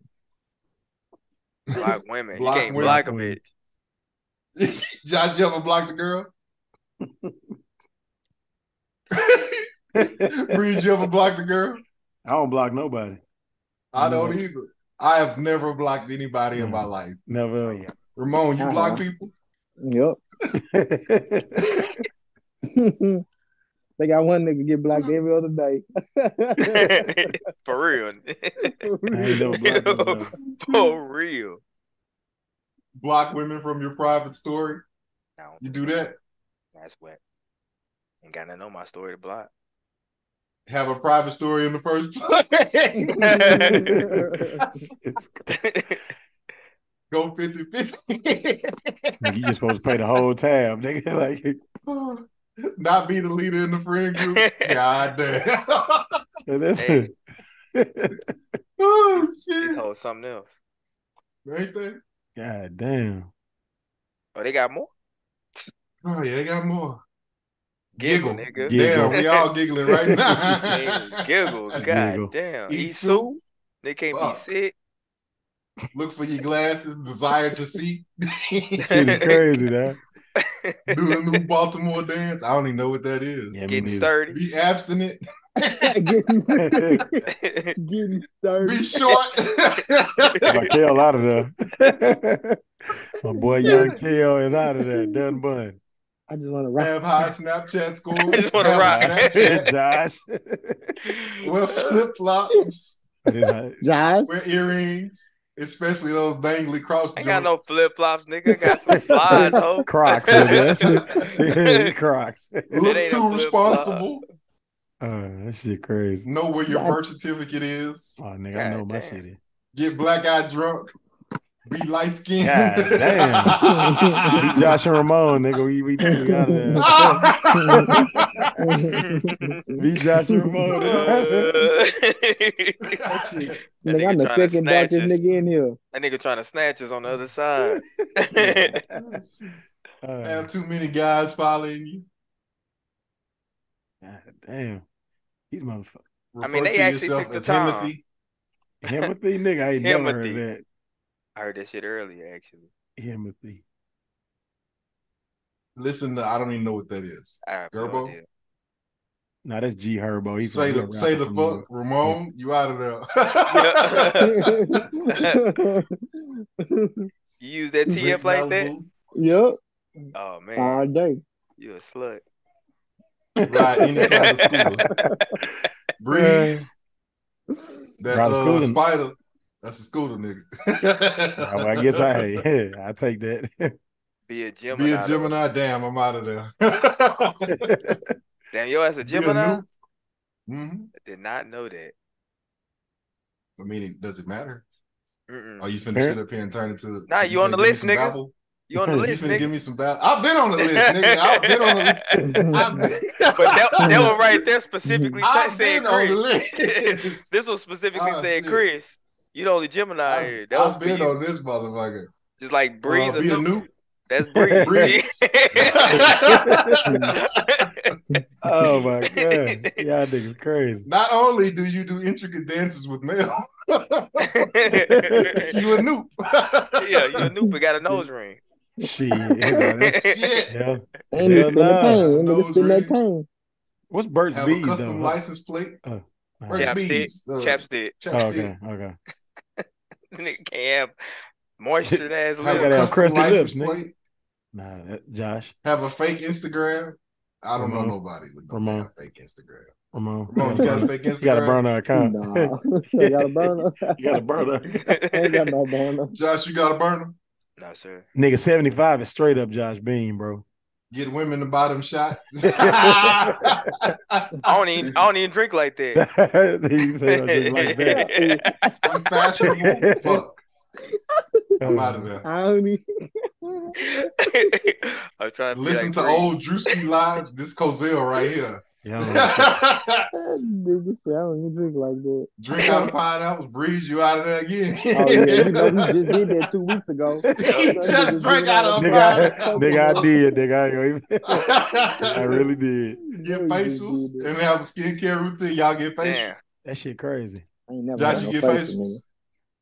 Black women. Block you can't women. block a bitch. Josh, you ever blocked a girl? Breeze, you ever blocked a girl? I don't block nobody. I don't either. I have never blocked anybody in my life. Never. yeah. Ramon, you block Uh-huh. people? Yep. they got one nigga get blocked every other day. For real. I ain't never blocked nobody. For real. Block women from your private story? No, You do that? that's wet. Ain't got to know my story to block. Have a private story in the first place? It's- Go 50 50. nigga, you supposed to pay the whole tab, nigga. Like Not be the leader in the friend group. God damn. that's Hey. oh, These shit. hoes something else. Ain't they? God damn. Oh, they got more? Oh, yeah, they got more. Giggle, Giggle. nigga. Giggle. Damn, we all giggling right now. Damn, Giggle. God Giggle. damn. Eat Eat soup. soup? They can't Fuck. be sick. Look for your glasses, desire to see. Shit is crazy, man. Do the new Baltimore dance. I don't even know what that is. Yeah, me Getting neither. sturdy. Be abstinent. getting, getting Be started. short. My Kale out of there. My boy Young Kale is out of there. Done bun. I just want to rock. Have high Snapchat scores. I just wanna Have rock. Shit, Snapchat. Josh. Wear flip flops. It is like, Josh, Wear earrings, especially those dangly cross. I ain't got no joints. flip flops, nigga. I got some slides, ho. Crocs, nigga. That shit- Crocs. It Look ain't a too flip-flop. responsible. Oh, that shit crazy. Know where your Right. birth certificate is. Oh, nigga, I God know my damn. shit is. Get black eye drunk. Be light skinned. God damn. Be Josh and Ramon, nigga. We we, we out of there. Be Josh and Ramon. nigga. that nigga, I'm the tryna second snatch darkest us. nigga in here. That nigga trying to snatch us on the other Uh, side. Oh, Uh, Have too many guys following you. God damn. These motherfuckers. Refer mean, they to actually yourself took the as time. Himothy. Himothy, nigga. I ain't never heard of Himothy. that. I heard that shit earlier, actually. Himothy. Listen to I don't even know what that is. I have Gerbo? no idea. No, that's G Herbo. He's a say real the say rapper the from New fuck, York. Ramon. You out of there. You use that Drink TF like that? Malibu, yep, Oh man, all day. you a slut. Ride any kind of scooter. Breeze. That Ride uh, a scooter. spider. That's a scooter, nigga. Oh, well, I guess I yeah, I take that. Be a Gemini. be a though. Gemini. Damn, I'm out of there. Damn, yo ass a Be a Gemini. nuke. Mhm. I did not know that. I mean, it- does it matter? Mm-mm. Are you finna Fair. sit up here and turn it to? Nah, to- you on finna the give me list, some nigga. babble? You on the You You list, finna give nigga. me some babble? I've been on the list, nigga. I've been on the. I've been, but that, that one right there specifically t- I've said been on the Chris. list. this one specifically Ah, said shit. Chris. You the only Gemini here. I've, That was I've for been you. on this motherfucker. Just like breeze Uh, or be a nuke. nuke. That's breeze. Breeze. oh my god. Y'all niggas crazy. Not only do you do intricate dances with Mel, you a noob. yeah, you a noob but got a nose ring. Shit. Yeah, that's- Shit. yeah. And he's Hell spin that nah. pain. That Nose nigga spin that ring. pain. What's Burt's Have a Bees custom though? license plate. Uh, Burt's Chapstick. Bees. Uh, Chapstick. chapstick. oh, okay, okay. Nigga can't have moisture ass Have a gotta have lips. custom crusty license lips, nigga. plate. Nah, that, Josh, Have a fake Instagram. I don't Ramon. know nobody with no Ramon. damn fake Instagram. Ramon. Ramon, you got a fake you gotta Instagram? burn our account. Nah, I got a burner. you gotta burn our ain't got no burner. Josh, you got a burner? no, sir. Nigga, 75 is straight up Josh Bean, bro. Get women to buy them shots. I don't even I don't even drink like that. He said it like that. I'm fashionable. Fuck. I'm out of there. I don't even. I'm trying to be Listen like to Drake. old Drewski lives. This Cozell right here. Yeah, I'm like, Oh, Nigga said, I don't even drink like that. Drink out of pineapples, breeze you out of there again. Oh yeah, you know we just did that two weeks ago. He just drank out of a nigga, I, pineapple. nigga, I did. Nigga, I, ain't gonna even- I really did. Get facials Ain't and have a skincare routine. Y'all get facials. Damn, That shit crazy. never Josh, had you no get facial, facials? nigga.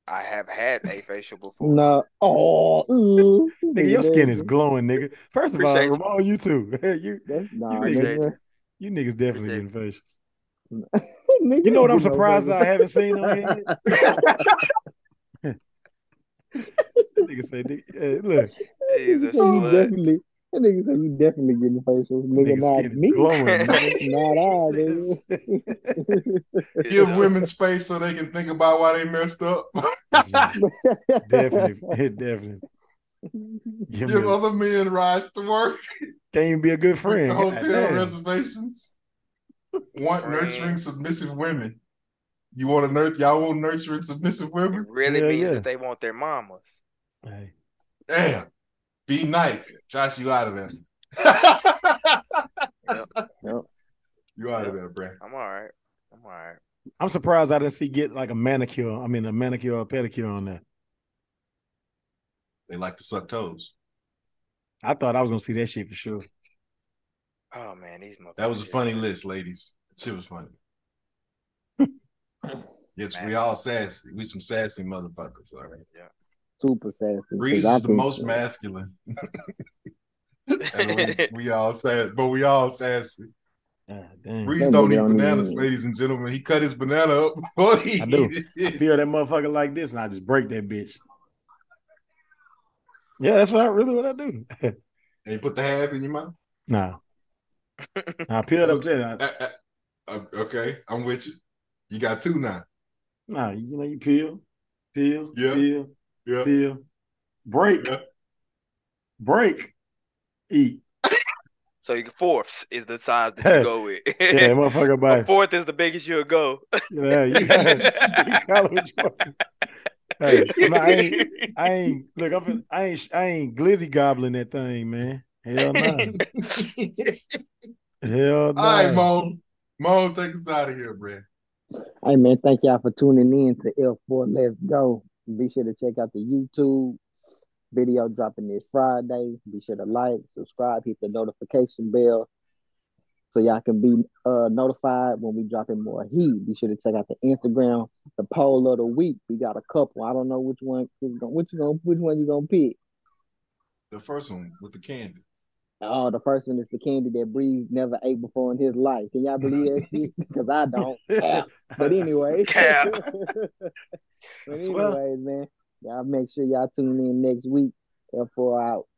I have had a facial before. No. Oh, mm. Nigga, your skin is glowing, nigga. First of all, Appreciate you. Ramon, you too. you That's nah, You that's- niggas- you niggas definitely Appreciate getting facials. nigga, You know what I'm you surprised baby. I haven't seen on here? yet? nigga say, nigga, hey, look, He's a That nigga slut. definitely. That nigga said you definitely getting facials, nigga. nigga not skin is me, glowing. nigga. not I, nigga. Give women space so they can think about why they messed up. definitely, definitely. Give me Give a- other men rides to work. can't even be a good Book friend. the God hotel damn. reservations. Want Friend. nurturing submissive women. You want to nurture? Y'all want nurturing submissive women? It really Yeah, means yeah. that they want their mamas. Hey, Damn. Be nice, Josh. You out of there. Yep. You out of there, bro. I'm all right. I'm all right. I'm surprised I didn't see get like a manicure. I mean, a manicure or a pedicure on there. They like to suck toes. I thought I was gonna see that shit for sure. Oh man, these motherfuckers. That was a funny list, ladies. Shit was funny. yes, we all sassy. We some sassy motherfuckers. All right. Super sassy. 'cause Reeves I is the think most so. masculine. And we, we all sass, but we all sassy. God damn. Reeves That don't nigga eat don't even bananas, eat. ladies and gentlemen. He cut his banana up before he I do. eat I it. peel that motherfucker like this, and I just break that bitch. Yeah, that's what I really what I do. And you put the half in your mouth. nah, I peel it up. then I- Uh, uh, uh, okay, I'm with you. You got two now. Nah, you know you peel, peel, Yeah. peel, Yeah. peel, break, Yeah. break, eat. So you fourths is the size that you go with. Yeah, that motherfucker A by fourth is the biggest you'll go. yeah, you gotta- you gotta enjoy it. Hey, I'm not- I ain't, I ain't look. I'm, fin- I ain't, I ain't glizzy gobbling that thing, man. Hell no, hell no. All right, Mo. Mo, take us out of here, man. Hey man, thank y'all for tuning in to L4 Let's Go. Be sure to check out the YouTube video dropping this Friday. Be sure to like, subscribe, hit the notification bell so y'all can be uh, notified when we dropping more heat. Be sure to check out the Instagram, the poll of the week. We got a couple. I don't know which one is going which you gonna which one you gonna pick. The first one with the candy. Oh, the first one is the candy that Breeze never ate before in his life. Can y'all believe that shit? Because I don't. Cap. But anyway. Cap. but swear. anyways, man, y'all make sure y'all tune in next week. Therefore, out.